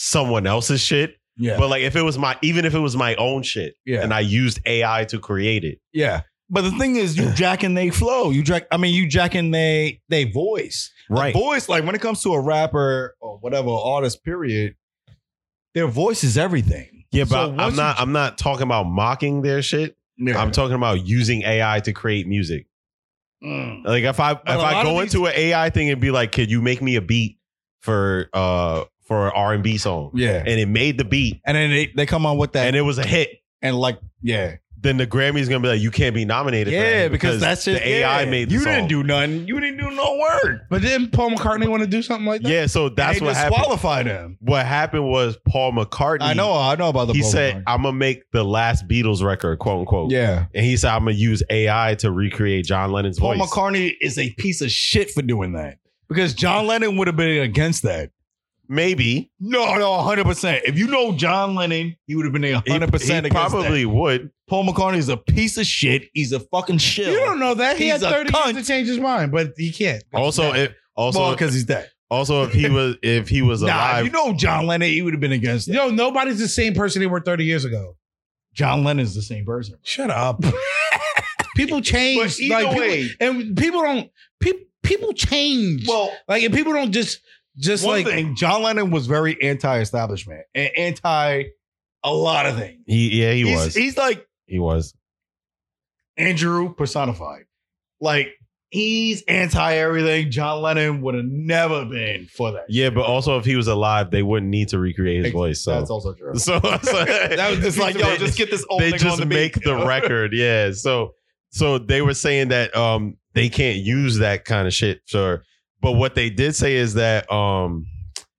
[SPEAKER 2] someone else's shit,
[SPEAKER 3] yeah,
[SPEAKER 2] but like if it was my even if it was my own shit
[SPEAKER 3] yeah,
[SPEAKER 2] and I used AI to create it.
[SPEAKER 3] yeah. But the thing is, you jacking they flow. You jack. I mean, you jacking they they voice.
[SPEAKER 2] Right.
[SPEAKER 3] Voice, like when it comes to a rapper or whatever artist, period, their voice is everything.
[SPEAKER 2] Yeah, but
[SPEAKER 3] So
[SPEAKER 2] I-
[SPEAKER 3] once
[SPEAKER 2] I'm
[SPEAKER 3] you-
[SPEAKER 2] not I'm not talking about mocking their shit.
[SPEAKER 3] Yeah.
[SPEAKER 2] I'm talking about using AI to create music.
[SPEAKER 3] Mm.
[SPEAKER 2] Like if I
[SPEAKER 3] But
[SPEAKER 2] if
[SPEAKER 3] a lot
[SPEAKER 2] I
[SPEAKER 3] of
[SPEAKER 2] go
[SPEAKER 3] these-
[SPEAKER 2] into an AI thing and be like, "Could you make me a beat for uh for an R and B song?"
[SPEAKER 3] Yeah.
[SPEAKER 2] and it made the beat
[SPEAKER 3] And then they, they come on with that
[SPEAKER 2] and
[SPEAKER 3] and,
[SPEAKER 2] it was a hit,
[SPEAKER 3] like yeah
[SPEAKER 2] then the Grammys gonna be like, "You can't be nominated." for that the AI made. The
[SPEAKER 3] you
[SPEAKER 2] song.
[SPEAKER 3] didn't do nothing you didn't do no work
[SPEAKER 4] But didn't Paul McCartney want to do something like that?
[SPEAKER 2] Yeah, so that's
[SPEAKER 3] they
[SPEAKER 2] what happened.
[SPEAKER 3] disqualify them
[SPEAKER 2] What happened was Paul McCartney.
[SPEAKER 3] I know I know about the
[SPEAKER 2] He
[SPEAKER 3] Bobo
[SPEAKER 2] said,
[SPEAKER 3] Marley.
[SPEAKER 2] "I'm gonna make the last Beatles record," quote unquote.
[SPEAKER 3] yeah
[SPEAKER 2] and he said, "I'm gonna use AI to recreate John Lennon's
[SPEAKER 3] Paul
[SPEAKER 2] voice."
[SPEAKER 3] McCartney is a piece of shit for doing that because John Lennon would have been against that.
[SPEAKER 2] Maybe
[SPEAKER 3] No, no, 100%. If you know John Lennon, he would have been
[SPEAKER 2] He-
[SPEAKER 3] 100%
[SPEAKER 2] he
[SPEAKER 3] against
[SPEAKER 2] probably
[SPEAKER 3] that.
[SPEAKER 2] would.
[SPEAKER 3] Paul McCartney is a piece of shit. He's a fucking shill.
[SPEAKER 4] You don't know that. He
[SPEAKER 3] He's
[SPEAKER 4] had
[SPEAKER 3] a
[SPEAKER 4] 30
[SPEAKER 3] cunt.
[SPEAKER 4] years to change his mind, but he can't.
[SPEAKER 2] Also, if also
[SPEAKER 3] because he's dead.
[SPEAKER 2] Also, if he was if he was
[SPEAKER 3] <laughs> Nah, if
[SPEAKER 2] alive,
[SPEAKER 3] you know John Lennon, he would have been against that.
[SPEAKER 4] Yo, nobody's the same person they were 30 years ago.
[SPEAKER 3] John Lennon's the same person. <laughs>
[SPEAKER 4] Shut up. people change.
[SPEAKER 3] But either
[SPEAKER 4] like, people-
[SPEAKER 3] way-
[SPEAKER 4] and people don't, pe- people change.
[SPEAKER 3] Well,
[SPEAKER 4] like, and people don't just, just
[SPEAKER 3] one
[SPEAKER 4] like,
[SPEAKER 3] thing, John Lennon was very anti-establishment and anti a lot of things.
[SPEAKER 2] he yeah he
[SPEAKER 3] he's,
[SPEAKER 2] was
[SPEAKER 3] he's like
[SPEAKER 2] he was
[SPEAKER 3] Andrew personified. Like he's anti everything. John Lennon would have never been for that.
[SPEAKER 2] yeah. But also, if he was alive, they wouldn't need to recreate his voice. So
[SPEAKER 3] that's also
[SPEAKER 2] <laughs>
[SPEAKER 3] true.
[SPEAKER 2] so, so-
[SPEAKER 3] <laughs> That was just like yo,
[SPEAKER 2] they,
[SPEAKER 3] just get this old
[SPEAKER 2] they
[SPEAKER 3] nigga
[SPEAKER 2] just
[SPEAKER 3] on the
[SPEAKER 2] make
[SPEAKER 3] beat.
[SPEAKER 2] the record. Yeah. So so they were saying that um they can't use that kind of shit. Sure. But what they did say is that um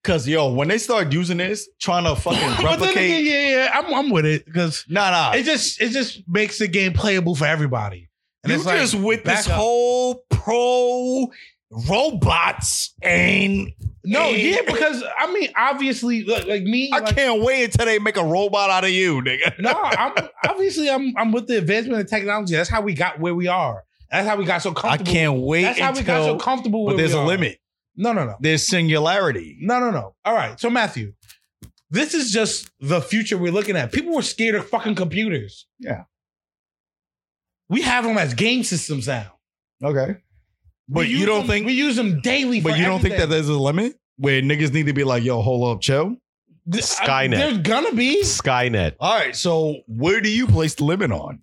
[SPEAKER 3] Cause yo, when they start using this, trying to <laughs> fucking
[SPEAKER 4] but then again,
[SPEAKER 3] replicate.
[SPEAKER 4] yeah, yeah, I'm, I'm with it because
[SPEAKER 3] Nah, nah.
[SPEAKER 4] it just, it just makes the game playable for everybody. And
[SPEAKER 3] you
[SPEAKER 4] it's like,
[SPEAKER 3] just with this
[SPEAKER 4] back up.
[SPEAKER 3] whole pro robots and
[SPEAKER 4] no, yeah, because I mean, obviously, like, like me,
[SPEAKER 3] I
[SPEAKER 4] like,
[SPEAKER 3] can't wait until they make a robot out of you, nigga.
[SPEAKER 4] no, I'm obviously I'm I'm with the advancement of technology. That's how we got where we are. That's how we got so
[SPEAKER 3] I
[SPEAKER 4] comfortable.
[SPEAKER 3] can't wait
[SPEAKER 4] That's how we got so
[SPEAKER 3] until.
[SPEAKER 4] comfortable.
[SPEAKER 3] But
[SPEAKER 4] where
[SPEAKER 3] there's
[SPEAKER 4] we
[SPEAKER 3] a
[SPEAKER 4] are.
[SPEAKER 3] limit.
[SPEAKER 4] No, no, no,
[SPEAKER 3] There's singularity.
[SPEAKER 4] no, no, no. All right. So Matthew, this is just the future we're looking at. People were scared of fucking computers.
[SPEAKER 3] Yeah.
[SPEAKER 4] We have them as game systems now.
[SPEAKER 3] Okay. But
[SPEAKER 4] We
[SPEAKER 3] you
[SPEAKER 4] use
[SPEAKER 3] don't
[SPEAKER 4] them-
[SPEAKER 3] think
[SPEAKER 4] we use them daily?
[SPEAKER 3] But
[SPEAKER 4] for
[SPEAKER 3] you don't think that
[SPEAKER 4] everything.
[SPEAKER 3] there's a limit where niggas need to be like, yo, hold up, chill.
[SPEAKER 4] Th- I-
[SPEAKER 2] Skynet.
[SPEAKER 4] There's gonna be.
[SPEAKER 2] Skynet.
[SPEAKER 3] All right, so where do you place the limit on?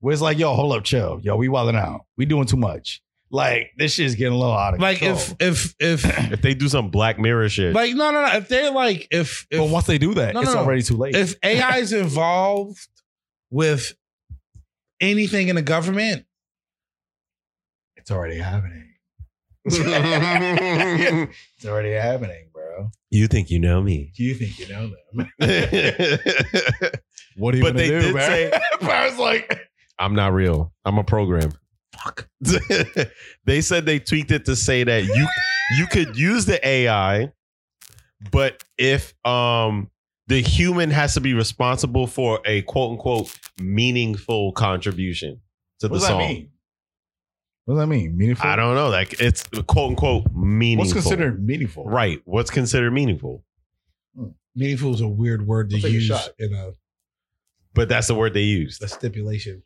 [SPEAKER 3] Where it's like, yo, hold up, chill. Yo, we wilding out. We doing too much. Like this shit's getting a little out of
[SPEAKER 4] Like
[SPEAKER 3] control.
[SPEAKER 4] if if
[SPEAKER 3] <coughs>
[SPEAKER 4] if
[SPEAKER 2] If they do some Black Mirror shit,
[SPEAKER 4] like no no no if they're like if if
[SPEAKER 3] but once they do that,
[SPEAKER 4] No, no,
[SPEAKER 3] it's
[SPEAKER 4] no.
[SPEAKER 3] already too late.
[SPEAKER 4] if AI is involved with anything in the government,
[SPEAKER 3] it's already happening. It's already happening, bro.
[SPEAKER 2] you think you know
[SPEAKER 3] <laughs>
[SPEAKER 2] me?
[SPEAKER 3] Do you think you know them?
[SPEAKER 2] but
[SPEAKER 3] What are you
[SPEAKER 2] they
[SPEAKER 3] gonna do,
[SPEAKER 2] did
[SPEAKER 3] man? <laughs>
[SPEAKER 2] say
[SPEAKER 3] I was like,
[SPEAKER 2] I'm not real. I'm a program. Fuck. <laughs> they said they tweaked it to say that you you could use the AI, but if um the human has to be responsible for a quote unquote meaningful contribution to the
[SPEAKER 3] what does that
[SPEAKER 2] song.
[SPEAKER 3] mean? What does that mean? Meaningful?
[SPEAKER 2] I don't know. Like it's quote unquote meaningful.
[SPEAKER 3] What's considered meaningful?
[SPEAKER 2] right? What's considered meaningful?
[SPEAKER 4] meaningful is a weird word to
[SPEAKER 3] I'll take a
[SPEAKER 4] use
[SPEAKER 3] shot.
[SPEAKER 4] in a,
[SPEAKER 2] But that's the word they used.
[SPEAKER 4] a stipulation.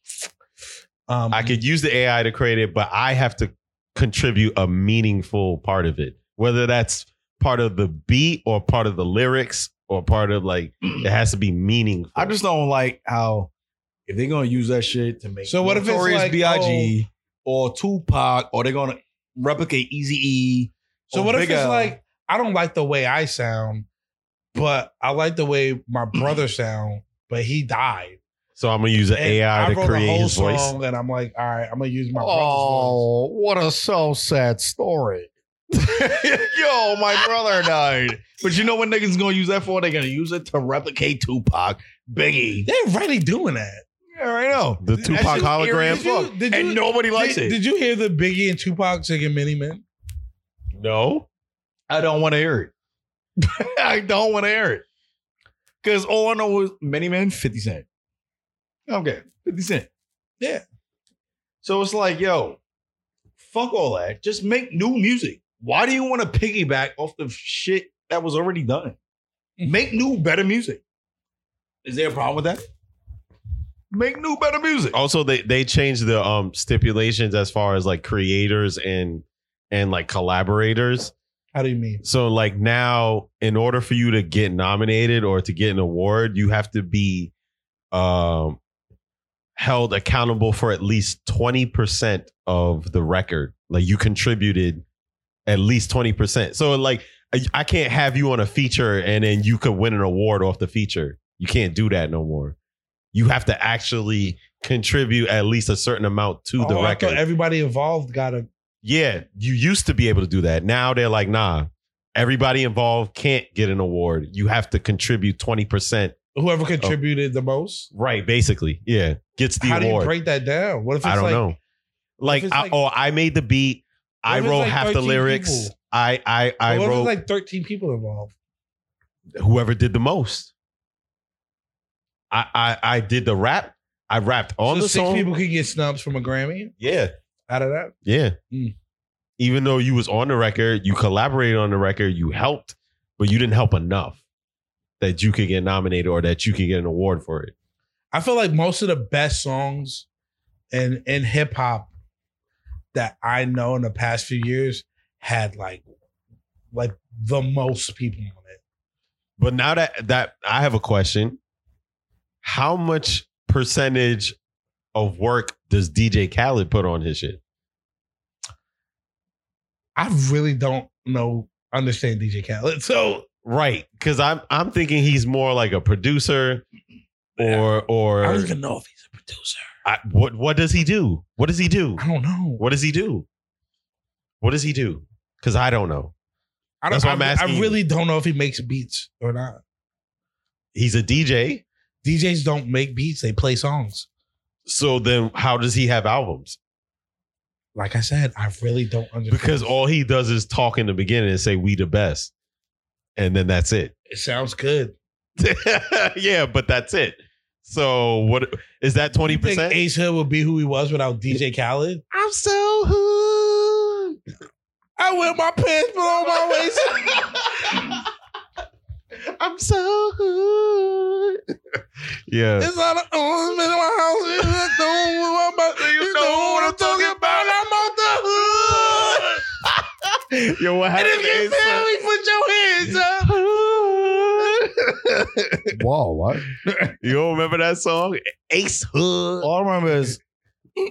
[SPEAKER 4] Um,
[SPEAKER 2] I could use the AI to create it, but I have to contribute a meaningful part of it, whether that's part of the beat or part of the lyrics or part of like
[SPEAKER 3] <clears throat>
[SPEAKER 2] it has to be meaningful.
[SPEAKER 3] I just don't like how if they're gonna use that shit to make
[SPEAKER 4] So what if it's
[SPEAKER 3] Notorious
[SPEAKER 4] like, oh,
[SPEAKER 3] B.I.G. or Tupac or they're gonna replicate Easy E?
[SPEAKER 2] Oh,
[SPEAKER 4] so what if it's like I don't like the way I sound, but I like the way
[SPEAKER 2] <clears throat>
[SPEAKER 4] my brother sound, but he died.
[SPEAKER 2] so I'm gonna use the
[SPEAKER 4] And
[SPEAKER 2] AI to
[SPEAKER 4] wrote a
[SPEAKER 2] create
[SPEAKER 4] whole
[SPEAKER 2] his voice.
[SPEAKER 4] song, and I'm like, all right, I'm gonna use my brother's voice.
[SPEAKER 3] Oh, what a so sad story. <laughs> Yo, my brother died. But you know what niggas gonna use that for? They're gonna use it to replicate Tupac, Biggie.
[SPEAKER 4] They're really doing that.
[SPEAKER 3] Yeah, I know.
[SPEAKER 2] The
[SPEAKER 3] That
[SPEAKER 2] Tupac
[SPEAKER 3] shit's eerie as
[SPEAKER 2] hologram.
[SPEAKER 3] fuck.
[SPEAKER 4] Did you- did you-
[SPEAKER 3] and nobody likes
[SPEAKER 4] Did,
[SPEAKER 3] it.
[SPEAKER 4] did you hear the Biggie and Tupac singing Mini Men?
[SPEAKER 2] No,
[SPEAKER 3] I don't want to hear it. <laughs> I don't want to hear it. Because all I know was many men, 50 Cent. Okay, 50 Cent. Yeah. So it's like, yo, fuck all that. Just make new music. Why do you want to piggyback off the shit that was already done?
[SPEAKER 4] Mm-hmm.
[SPEAKER 3] Make new, better music. Is there a problem with that? Make new, better music.
[SPEAKER 4] Oh,
[SPEAKER 2] also they they changed the um stipulations as far as like creators and and like collaborators
[SPEAKER 4] How do you mean?
[SPEAKER 2] so like now in order for you to get nominated or to get an award you have to be um held accountable for at least 20% of the record like you contributed at least 20% so like I, I can't have you on a feature and then you could win an award off the feature you can't do that no more you have to actually contribute at least a certain amount to the
[SPEAKER 4] Oh, I
[SPEAKER 2] record
[SPEAKER 4] thought everybody involved got a.
[SPEAKER 2] yeah, you used to be able to do that. Now they're like, nah, everybody involved can't get an award. You have to contribute 20%.
[SPEAKER 4] Whoever contributed the most.
[SPEAKER 2] Right, basically. Yeah, gets Oh. the
[SPEAKER 4] How do you
[SPEAKER 2] award.
[SPEAKER 4] break that down? What if it's
[SPEAKER 2] I don't
[SPEAKER 4] like,
[SPEAKER 2] know. Like,
[SPEAKER 4] it's
[SPEAKER 2] I,
[SPEAKER 4] like-
[SPEAKER 2] oh, I made the beat. I
[SPEAKER 4] if it's
[SPEAKER 2] wrote
[SPEAKER 4] like
[SPEAKER 2] half the
[SPEAKER 4] 13
[SPEAKER 2] lyrics.
[SPEAKER 4] people?
[SPEAKER 2] I I I
[SPEAKER 4] what if
[SPEAKER 2] wrote
[SPEAKER 4] it's like 13 people involved?
[SPEAKER 2] whoever did the most. I I I did the rap. I rapped on
[SPEAKER 4] so
[SPEAKER 2] the
[SPEAKER 4] six
[SPEAKER 2] song.
[SPEAKER 4] people can get snubs from a Grammy
[SPEAKER 2] yeah,
[SPEAKER 4] out of that.
[SPEAKER 2] yeah.
[SPEAKER 4] Mm.
[SPEAKER 2] Even though you was on the record, you collaborated on the record, you helped, but you didn't help enough that you could get nominated or that you could get an award for it.
[SPEAKER 4] I feel like most of the best songs in in hip hop that I know in the past few years had like like the most people on it.
[SPEAKER 2] But now that that I have a question, how much percentage of work does DJ Khaled put on his shit?
[SPEAKER 4] I really don't know understand DJ Khaled. So
[SPEAKER 2] Right, because I'm I'm thinking he's more like a producer, or or
[SPEAKER 4] I don't even know if he's a producer.
[SPEAKER 2] I- what what does he do? What does he do?
[SPEAKER 4] I don't know.
[SPEAKER 2] What does he do? What does he do? Because I don't know.
[SPEAKER 4] I don't,
[SPEAKER 2] That's what I'm
[SPEAKER 4] I-
[SPEAKER 2] asking
[SPEAKER 4] I
[SPEAKER 2] you.
[SPEAKER 4] really don't know if he makes beats or not.
[SPEAKER 2] He's a DJ.
[SPEAKER 4] DJs don't make beats, they play songs.
[SPEAKER 2] So then how does he have albums?
[SPEAKER 4] Like I said, I really don't understand.
[SPEAKER 2] Because all he does is talk in the beginning and say we the best. And then that's it. <laughs>
[SPEAKER 4] it sounds good.
[SPEAKER 2] yeah, but that's it. So what is that
[SPEAKER 4] You
[SPEAKER 2] 20%?
[SPEAKER 4] think Ace Hood would be who he was without DJ Khaled?
[SPEAKER 2] I'm so hood.
[SPEAKER 4] I wear my pants below my waist.
[SPEAKER 2] I'm so hood. <laughs> Yeah.
[SPEAKER 4] It's not a oh, it's been in my house. It's not the one I'm about to- You know what I'm talking about. I'm on the hood.
[SPEAKER 2] Yo, what
[SPEAKER 4] And
[SPEAKER 2] happened?
[SPEAKER 4] if
[SPEAKER 2] to
[SPEAKER 4] you
[SPEAKER 2] Ace
[SPEAKER 4] feel
[SPEAKER 2] Hood?
[SPEAKER 4] me, put
[SPEAKER 2] <laughs>
[SPEAKER 4] your hands up.
[SPEAKER 3] Whoa, what?
[SPEAKER 2] You don't remember that song? Ace Hood.
[SPEAKER 3] All I remember is <laughs>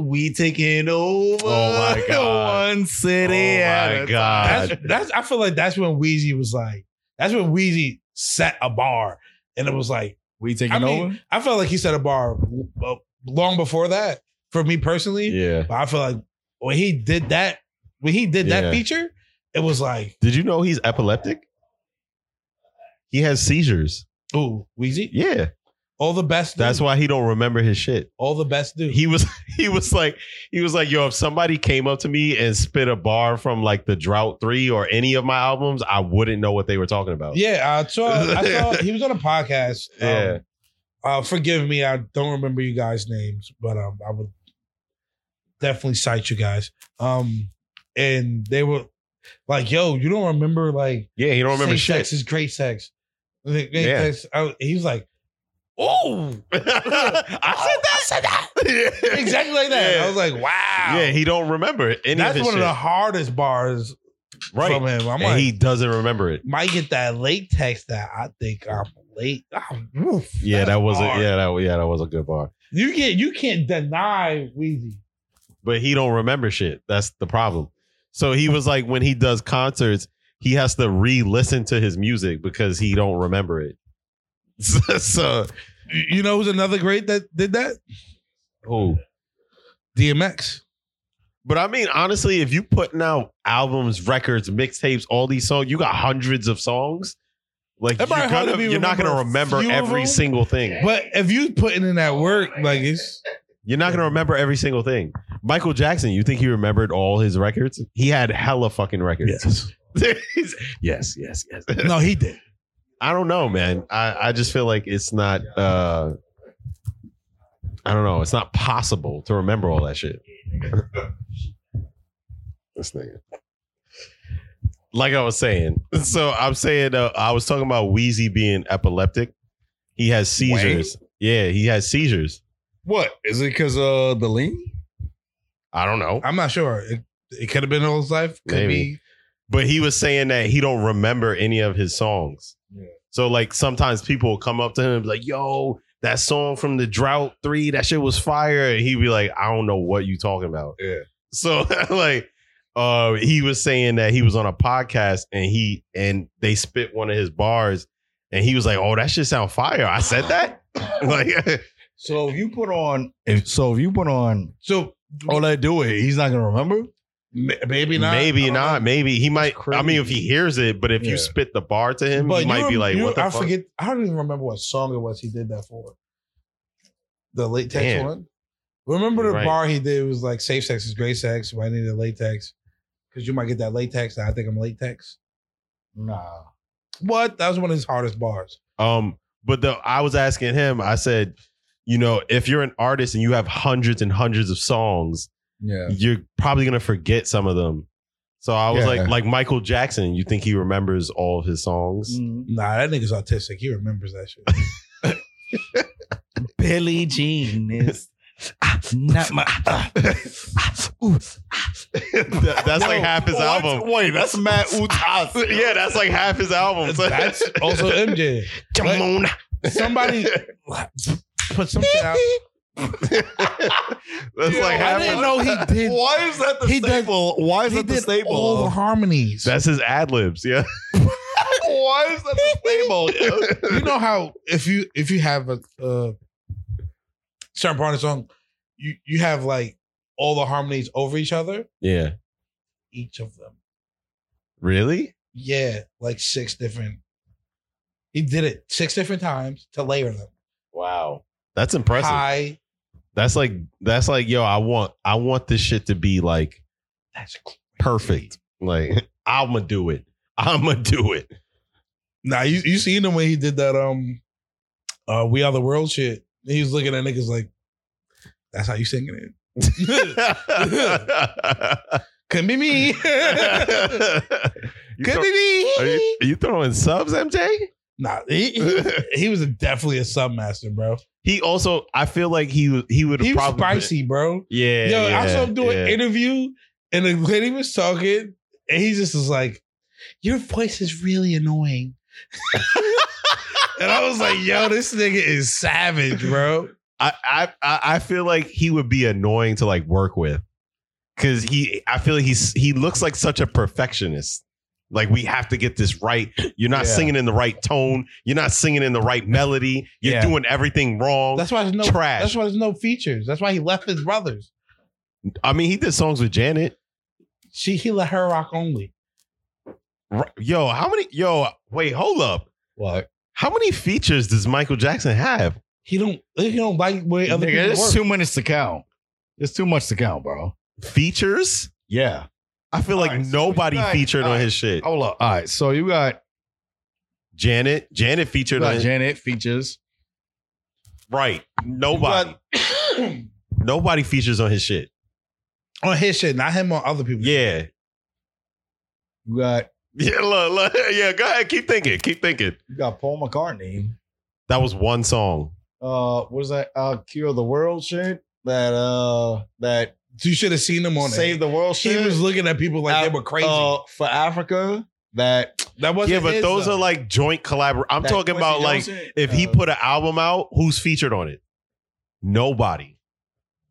[SPEAKER 3] we taking over
[SPEAKER 2] Oh my God.
[SPEAKER 3] one city. at
[SPEAKER 2] oh
[SPEAKER 3] a
[SPEAKER 2] my
[SPEAKER 3] time.
[SPEAKER 2] god.
[SPEAKER 4] That's, that's. I feel like that's when Wheezy was like. That's when Wheezy set a bar, and it was like
[SPEAKER 3] We taking
[SPEAKER 4] I mean,
[SPEAKER 3] over.
[SPEAKER 4] I felt like he set a bar uh, long before that. For me personally,
[SPEAKER 2] Yeah.
[SPEAKER 4] but I feel like when he did that, when he did
[SPEAKER 2] Yeah.
[SPEAKER 4] that feature, it was like,
[SPEAKER 2] Did you know he's epileptic? He has seizures.
[SPEAKER 4] ooh, Wheezy,
[SPEAKER 2] Yeah.
[SPEAKER 4] all the best. Dude.
[SPEAKER 2] That's why he don't remember his shit.
[SPEAKER 4] all the best dude.
[SPEAKER 2] He was <laughs> he was like he was like, yo, if somebody came up to me and spit a bar from like the Drought 3 or any of my albums, I wouldn't know what they were talking about.
[SPEAKER 4] Yeah, I saw. I
[SPEAKER 2] <laughs>
[SPEAKER 4] saw he was on a podcast. Um,
[SPEAKER 2] Yeah.
[SPEAKER 4] Uh, forgive me, I don't remember you guys' names, but um, I would definitely cite you guys. Um, and they were like, "Yo, you don't remember like
[SPEAKER 2] Yeah, he don't remember
[SPEAKER 4] safe
[SPEAKER 2] shit.
[SPEAKER 4] sex is great sex." Like,
[SPEAKER 2] Yeah.
[SPEAKER 4] that's- I- He's like
[SPEAKER 2] <laughs> I said that. Yeah.
[SPEAKER 4] exactly like that.
[SPEAKER 2] <laughs> Yeah.
[SPEAKER 4] I was like, "Wow,
[SPEAKER 2] Yeah, he don't remember any
[SPEAKER 4] that's
[SPEAKER 2] of
[SPEAKER 4] one
[SPEAKER 2] his
[SPEAKER 4] of the
[SPEAKER 2] shit.
[SPEAKER 4] hardest bars
[SPEAKER 2] right.
[SPEAKER 4] from him." I'm
[SPEAKER 2] and
[SPEAKER 4] like,
[SPEAKER 2] he doesn't remember it.
[SPEAKER 4] might get that late text that I think I'm late. Oh, woof.
[SPEAKER 2] Yeah, that was a,
[SPEAKER 4] hard.
[SPEAKER 2] yeah, that yeah, that was a good bar.
[SPEAKER 4] You can't you can't deny Wheezy.
[SPEAKER 2] But he don't remember shit. That's the problem. So he was like when he does concerts, he has to re-listen to his music because he don't remember it. <laughs> so, so
[SPEAKER 4] You you know who's another great that did that?
[SPEAKER 2] oh.
[SPEAKER 4] DMX.
[SPEAKER 2] But I mean, honestly, if you putting out albums, records, mixtapes, all these songs, you got hundreds of songs. Like you're,
[SPEAKER 4] Everybody hard to
[SPEAKER 2] gonna,
[SPEAKER 4] be
[SPEAKER 2] you're not going to
[SPEAKER 4] remember
[SPEAKER 2] remember
[SPEAKER 4] a few of
[SPEAKER 2] every
[SPEAKER 4] them.
[SPEAKER 2] single thing.
[SPEAKER 4] But if you putting in that work, like it's
[SPEAKER 2] You're not going to remember every <laughs> single thing. Michael Jackson, you think he remembered all his records? He had hella fucking records. yes, yes, yes.
[SPEAKER 6] No, he did.
[SPEAKER 2] I don't know, man. I, I just feel like it's not uh I don't know, it's not possible to remember all that shit. <laughs> this nigga. Like I was saying. <laughs> So I'm saying uh, I was talking about Wheezy being epileptic. He has seizures. Yeah, he has seizures.
[SPEAKER 3] What is it? Because uh, the lean.
[SPEAKER 2] I don't know.
[SPEAKER 4] I'm not sure. It, it could have been all his life. Could
[SPEAKER 2] Maybe. But he was saying that he don't remember any of his songs. So like sometimes people will come up to him and be like, yo, that song from the drought three, that shit was fire. And he'd be like, I don't know what you talking about.
[SPEAKER 3] Yeah.
[SPEAKER 2] So <laughs> like uh he was saying that he was on a podcast and he and they spit one of his bars and he was like, Oh, that shit sound fire. I said that? <laughs> like
[SPEAKER 3] So if you put on, if so, if you put on, so all that do it, he's not gonna remember.
[SPEAKER 4] be. M- Maybe not. I
[SPEAKER 2] maybe
[SPEAKER 4] don't
[SPEAKER 2] not.
[SPEAKER 4] know.
[SPEAKER 2] Maybe he might I mean
[SPEAKER 3] crazy.
[SPEAKER 2] if he hears it, but if
[SPEAKER 3] Yeah.
[SPEAKER 2] you spit the bar to him, he
[SPEAKER 4] you
[SPEAKER 2] might be
[SPEAKER 4] rem-
[SPEAKER 2] like,
[SPEAKER 4] you-
[SPEAKER 2] What the
[SPEAKER 4] I
[SPEAKER 2] fuck?
[SPEAKER 4] forget. I don't even remember what song it was he did that for. The latex
[SPEAKER 2] Damn.
[SPEAKER 4] one. Remember the
[SPEAKER 2] You're right.
[SPEAKER 4] bar he did was like safe sex is great sex. Why I need the latex? Because you might get that latex. And I think I'm latex. Nah. What? That was one of his hardest bars.
[SPEAKER 2] Um, but the I was asking him, I said, you know, if you're an artist and you have hundreds and hundreds of songs,
[SPEAKER 3] Yeah.
[SPEAKER 2] you're probably gonna forget some of them. So I was
[SPEAKER 3] Yeah.
[SPEAKER 2] like, like Michael Jackson, you think he remembers all of his songs?
[SPEAKER 4] Mm. Nah, that nigga's autistic. He remembers that shit.
[SPEAKER 6] Billy Jean is not my.
[SPEAKER 2] <laughs>
[SPEAKER 3] <laughs>
[SPEAKER 2] That- that's like half his album.
[SPEAKER 3] Wait, that's Matt
[SPEAKER 2] <laughs>
[SPEAKER 3] Utas.
[SPEAKER 2] Yeah, that's like half his album. So- <laughs>
[SPEAKER 4] That's also <laughs> MJ.
[SPEAKER 2] Come on.
[SPEAKER 4] <laughs> Somebody put some shit out.
[SPEAKER 2] that's
[SPEAKER 3] Yo,
[SPEAKER 2] like
[SPEAKER 4] I
[SPEAKER 2] half
[SPEAKER 4] didn't
[SPEAKER 2] his,
[SPEAKER 4] know he did.
[SPEAKER 3] Why is that the
[SPEAKER 4] He does-
[SPEAKER 3] staple? Why is
[SPEAKER 4] He
[SPEAKER 3] that the
[SPEAKER 4] did
[SPEAKER 3] staple? <laughs>
[SPEAKER 4] all the
[SPEAKER 3] of-
[SPEAKER 4] harmonies.
[SPEAKER 2] that's his ad libs. Yeah.
[SPEAKER 3] Why is that the staple? yo?
[SPEAKER 4] you know how if you if you have a uh, certain part of the song, you you have like all the harmonies over each other,
[SPEAKER 2] Yeah.
[SPEAKER 4] each of them.
[SPEAKER 2] Really?
[SPEAKER 4] Yeah, like six different. He did it six different times to layer them.
[SPEAKER 2] Wow. That's impressive.
[SPEAKER 4] High.
[SPEAKER 2] That's like that's like yo. I want I want this shit to be like
[SPEAKER 4] That's crazy.
[SPEAKER 2] perfect. Like <laughs> I'ma do it. I'ma do
[SPEAKER 4] <laughs>
[SPEAKER 2] it.
[SPEAKER 4] Nah, you you seen him when he did that um, uh, We Are the World shit. He was looking at niggas like, that's how you singing it. Could
[SPEAKER 2] <laughs>
[SPEAKER 4] be me.
[SPEAKER 2] you
[SPEAKER 4] Could
[SPEAKER 2] throw- are,
[SPEAKER 4] be me.
[SPEAKER 2] you, are you throwing subs, MJ?
[SPEAKER 4] Nah, he, he, he was definitely a submaster, bro.
[SPEAKER 2] <laughs> He also, I feel like he he would
[SPEAKER 4] He was
[SPEAKER 2] probably
[SPEAKER 4] spicy, bro.
[SPEAKER 2] Yeah,
[SPEAKER 4] Yo,
[SPEAKER 2] yeah,
[SPEAKER 4] I saw him do an
[SPEAKER 2] yeah.
[SPEAKER 4] interview and the lady was talking and he just was like, Your voice is really annoying. <laughs> and I was like, Yo, this nigga is savage, bro.
[SPEAKER 2] I, I I I feel like he would be annoying to like work with because he I feel like he's he looks like such a perfectionist. Like we have to get this right. You're not
[SPEAKER 3] Yeah.
[SPEAKER 2] singing in the right tone. You're not singing in the right melody. You're
[SPEAKER 3] Yeah.
[SPEAKER 2] doing everything wrong.
[SPEAKER 4] That's why there's no
[SPEAKER 2] Trash.
[SPEAKER 4] That's why there's no features. That's why he left his brothers.
[SPEAKER 2] I mean, he did songs with Janet.
[SPEAKER 4] She he let her rock only.
[SPEAKER 2] R- Yo, how many? Yo, wait, hold up.
[SPEAKER 3] What?
[SPEAKER 2] How many features does Michael Jackson have?
[SPEAKER 4] He don't he don't like where other
[SPEAKER 3] Nigga,
[SPEAKER 4] people
[SPEAKER 3] there's
[SPEAKER 4] work.
[SPEAKER 3] too many to count. There's too much to count, bro.
[SPEAKER 2] Features?
[SPEAKER 3] Yeah.
[SPEAKER 2] I feel like
[SPEAKER 3] All right, so
[SPEAKER 2] nobody
[SPEAKER 3] you got-
[SPEAKER 2] featured
[SPEAKER 3] all
[SPEAKER 2] on
[SPEAKER 3] right.
[SPEAKER 2] his shit.
[SPEAKER 4] Oh.
[SPEAKER 3] Hold up. All right. So you got,
[SPEAKER 2] Janet, Janet
[SPEAKER 3] you
[SPEAKER 2] featured on
[SPEAKER 3] got
[SPEAKER 2] his,
[SPEAKER 3] Janet features.
[SPEAKER 2] right. Nobody,
[SPEAKER 4] <clears throat>
[SPEAKER 2] nobody features on his shit.
[SPEAKER 4] on his shit, not him on other people.
[SPEAKER 2] Yeah, <laughs>
[SPEAKER 3] You got
[SPEAKER 2] Yeah, look, look, <laughs> yeah, go ahead. Keep thinking. Keep thinking.
[SPEAKER 3] you got Paul McCartney.
[SPEAKER 2] That was one song.
[SPEAKER 3] Uh, what was that? Uh, Cure the World shit. That uh, that
[SPEAKER 4] You should have seen him on
[SPEAKER 3] Save
[SPEAKER 4] it.
[SPEAKER 3] the World
[SPEAKER 4] He
[SPEAKER 3] shit.
[SPEAKER 4] was looking at people like
[SPEAKER 3] Uh,
[SPEAKER 4] they were crazy.
[SPEAKER 3] uh, for Africa. That
[SPEAKER 4] that wasn't
[SPEAKER 2] yeah, but
[SPEAKER 4] his,
[SPEAKER 2] those
[SPEAKER 4] though.
[SPEAKER 2] are like joint collabor. I'm
[SPEAKER 3] that
[SPEAKER 2] talking about
[SPEAKER 3] Quincy
[SPEAKER 2] like
[SPEAKER 3] Johnson,
[SPEAKER 2] if he
[SPEAKER 3] uh,
[SPEAKER 2] put an album out, who's featured on it? Nobody.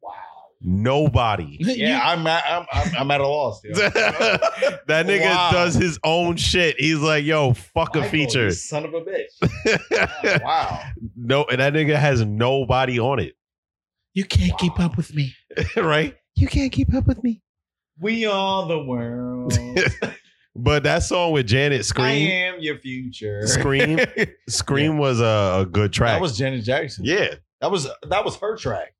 [SPEAKER 2] Wow. Nobody.
[SPEAKER 3] Yeah, I'm at I'm, I'm, I'm at a loss. <laughs> yo.
[SPEAKER 2] that nigga
[SPEAKER 3] Wow.
[SPEAKER 2] does his own shit. He's like, yo, fuck a
[SPEAKER 3] Michael,
[SPEAKER 2] feature.
[SPEAKER 3] you son of a bitch.
[SPEAKER 2] <laughs>
[SPEAKER 3] Ah, wow.
[SPEAKER 2] no, and that nigga has nobody on it, <laughs>
[SPEAKER 4] You can't keep up with me.
[SPEAKER 2] right?
[SPEAKER 4] You can't keep up with me.
[SPEAKER 3] We are
[SPEAKER 2] <laughs>
[SPEAKER 3] the world.
[SPEAKER 2] But that song with Janet
[SPEAKER 3] I
[SPEAKER 2] Scream,
[SPEAKER 3] am your future. <laughs>
[SPEAKER 2] Scream, Scream was a, a good track.
[SPEAKER 3] That was Janet Jackson.
[SPEAKER 2] yeah.
[SPEAKER 3] That was that was her track.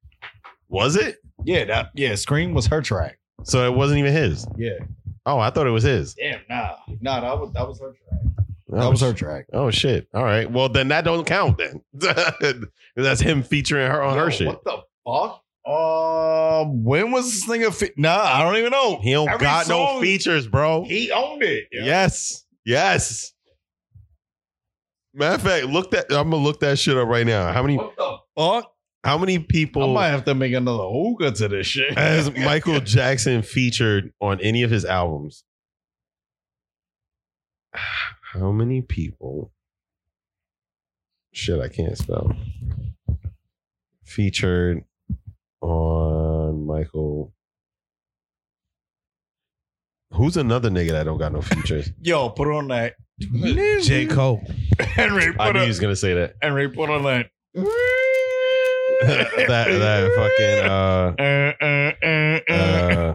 [SPEAKER 2] Was it?
[SPEAKER 3] Yeah, that yeah, Scream was her track.
[SPEAKER 2] So it wasn't even his.
[SPEAKER 3] Yeah.
[SPEAKER 2] Oh, I thought it was his.
[SPEAKER 3] Damn, nah. No, that was that was her track.
[SPEAKER 2] Oh,
[SPEAKER 3] That was her track.
[SPEAKER 2] Oh shit! All right. Well, then that don't count. Then <laughs> that's him featuring her on
[SPEAKER 3] Yo,
[SPEAKER 2] her shit.
[SPEAKER 3] What the fuck? Um, when was this thing a fe- Nah, I don't even know.
[SPEAKER 2] He don't
[SPEAKER 3] Every
[SPEAKER 2] got no
[SPEAKER 3] song-
[SPEAKER 2] features, bro.
[SPEAKER 3] He owned it. yo.
[SPEAKER 2] Yes. Yes. Matter of fact, look that I'm gonna look that shit up right now. How many
[SPEAKER 3] What the fuck?
[SPEAKER 2] how many people
[SPEAKER 3] I might have to make another hookah to this shit.
[SPEAKER 2] has Michael Jackson featured on any of his albums? How many people? Shit, I can't spell. Featured on Michael. Who's another nigga that don't got no features?
[SPEAKER 3] <laughs> Yo, put on that.
[SPEAKER 4] J. Cole.
[SPEAKER 3] <laughs> Henry,
[SPEAKER 2] I
[SPEAKER 3] put
[SPEAKER 2] knew he
[SPEAKER 3] on,
[SPEAKER 2] was gonna say that.
[SPEAKER 3] Henry, put on that.
[SPEAKER 2] <laughs> that that
[SPEAKER 3] Uh, uh,
[SPEAKER 2] fucking uh,
[SPEAKER 3] uh, uh.
[SPEAKER 2] uh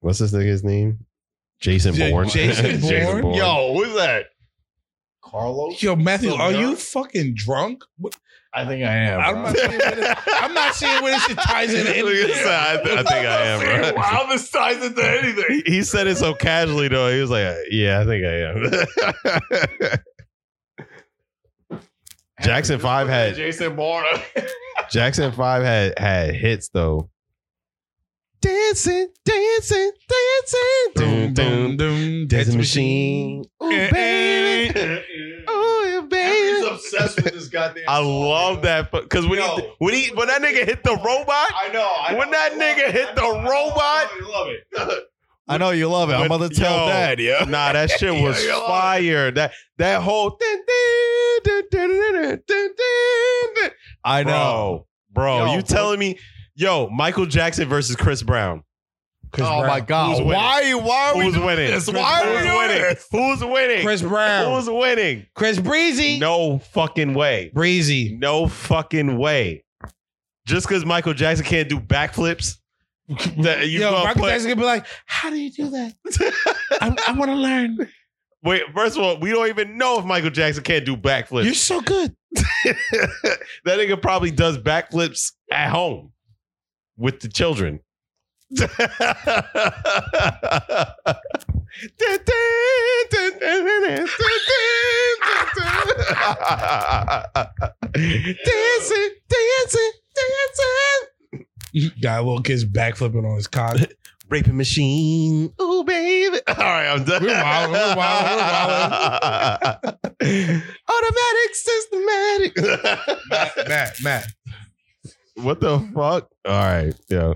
[SPEAKER 2] what's this nigga's name? Jason
[SPEAKER 4] J-
[SPEAKER 2] Bourne. <laughs>
[SPEAKER 4] Jason Bourne?
[SPEAKER 3] Yo, who's that? Carlos?
[SPEAKER 4] Yo, Matthew, are
[SPEAKER 3] Yo.
[SPEAKER 4] you fucking drunk? What-
[SPEAKER 3] I think I am.
[SPEAKER 4] I'm
[SPEAKER 3] bro.
[SPEAKER 4] not seeing where this, I'm not seeing where this shit ties
[SPEAKER 2] <laughs>
[SPEAKER 4] in.
[SPEAKER 2] Look at this. I, I think I am. <laughs> Bro.
[SPEAKER 4] <laughs>
[SPEAKER 3] Wow, this ties into anything.
[SPEAKER 2] He- He said it so casually though. He was like, "Yeah, I think I am." <laughs> Jackson Five had
[SPEAKER 3] Jason Bourne. <laughs>
[SPEAKER 2] Jackson Five had had hits though. Dancing, dancing, dancing, doom, doom,
[SPEAKER 4] doom.
[SPEAKER 2] dancing machine. Eh, Ooh, baby. Oh,
[SPEAKER 3] Henry's obsessed with this goddamn.
[SPEAKER 2] I
[SPEAKER 3] song,
[SPEAKER 2] love
[SPEAKER 3] yo.
[SPEAKER 2] that because when he
[SPEAKER 3] Yo.
[SPEAKER 2] when he when that nigga hit the
[SPEAKER 3] <laughs>
[SPEAKER 2] robot,
[SPEAKER 3] I know. I
[SPEAKER 2] When
[SPEAKER 3] know,
[SPEAKER 2] that
[SPEAKER 3] I
[SPEAKER 2] nigga
[SPEAKER 3] love
[SPEAKER 2] hit
[SPEAKER 3] it.
[SPEAKER 2] the
[SPEAKER 3] I know, I
[SPEAKER 2] robot-
[SPEAKER 3] love it, love it.
[SPEAKER 2] I know you love it.
[SPEAKER 3] I'm about to tell Dad,
[SPEAKER 2] yeah. Nah, that shit
[SPEAKER 3] Yo,
[SPEAKER 2] was
[SPEAKER 3] you love it.
[SPEAKER 2] fire. That that whole. I
[SPEAKER 3] know.
[SPEAKER 2] bro.
[SPEAKER 3] Yo,
[SPEAKER 2] you
[SPEAKER 3] bro.
[SPEAKER 2] telling me, yo, Michael Jackson versus Chris Brown.
[SPEAKER 3] oh my
[SPEAKER 2] Who's
[SPEAKER 3] god!
[SPEAKER 2] winning?
[SPEAKER 3] Why? Why are we
[SPEAKER 2] Who's
[SPEAKER 3] doing
[SPEAKER 2] winning?
[SPEAKER 3] this? Why are we
[SPEAKER 2] Who's
[SPEAKER 3] doing
[SPEAKER 2] winning?
[SPEAKER 3] this?
[SPEAKER 2] Who's winning?
[SPEAKER 4] Chris Brown.
[SPEAKER 2] Who's winning?
[SPEAKER 4] Chris Breezy.
[SPEAKER 2] No fucking way.
[SPEAKER 4] Breezy.
[SPEAKER 2] No fucking way. Just because Michael Jackson can't do backflips, that you
[SPEAKER 4] Yo,
[SPEAKER 2] gonna
[SPEAKER 4] Michael
[SPEAKER 2] put-
[SPEAKER 4] Jackson gonna be like, how do you
[SPEAKER 3] <laughs>
[SPEAKER 4] do that? I, I want to learn.
[SPEAKER 2] Wait, first of all, we don't even know if Michael Jackson can't do
[SPEAKER 4] You're
[SPEAKER 2] backflips.
[SPEAKER 4] so good.
[SPEAKER 2] <laughs> that nigga probably does backflips at home with the children. <laughs> dancing, dancing, dancing.
[SPEAKER 4] Got a little kid's backflipping on his <laughs> cock.
[SPEAKER 2] raping machine. Ooh, baby. <laughs> All right, I'm done.
[SPEAKER 4] We're wildin', we're wildin',
[SPEAKER 2] <laughs> Automatic, systematic. <laughs>
[SPEAKER 4] Matt, Matt, Matt.
[SPEAKER 2] what the fuck? All right, yeah.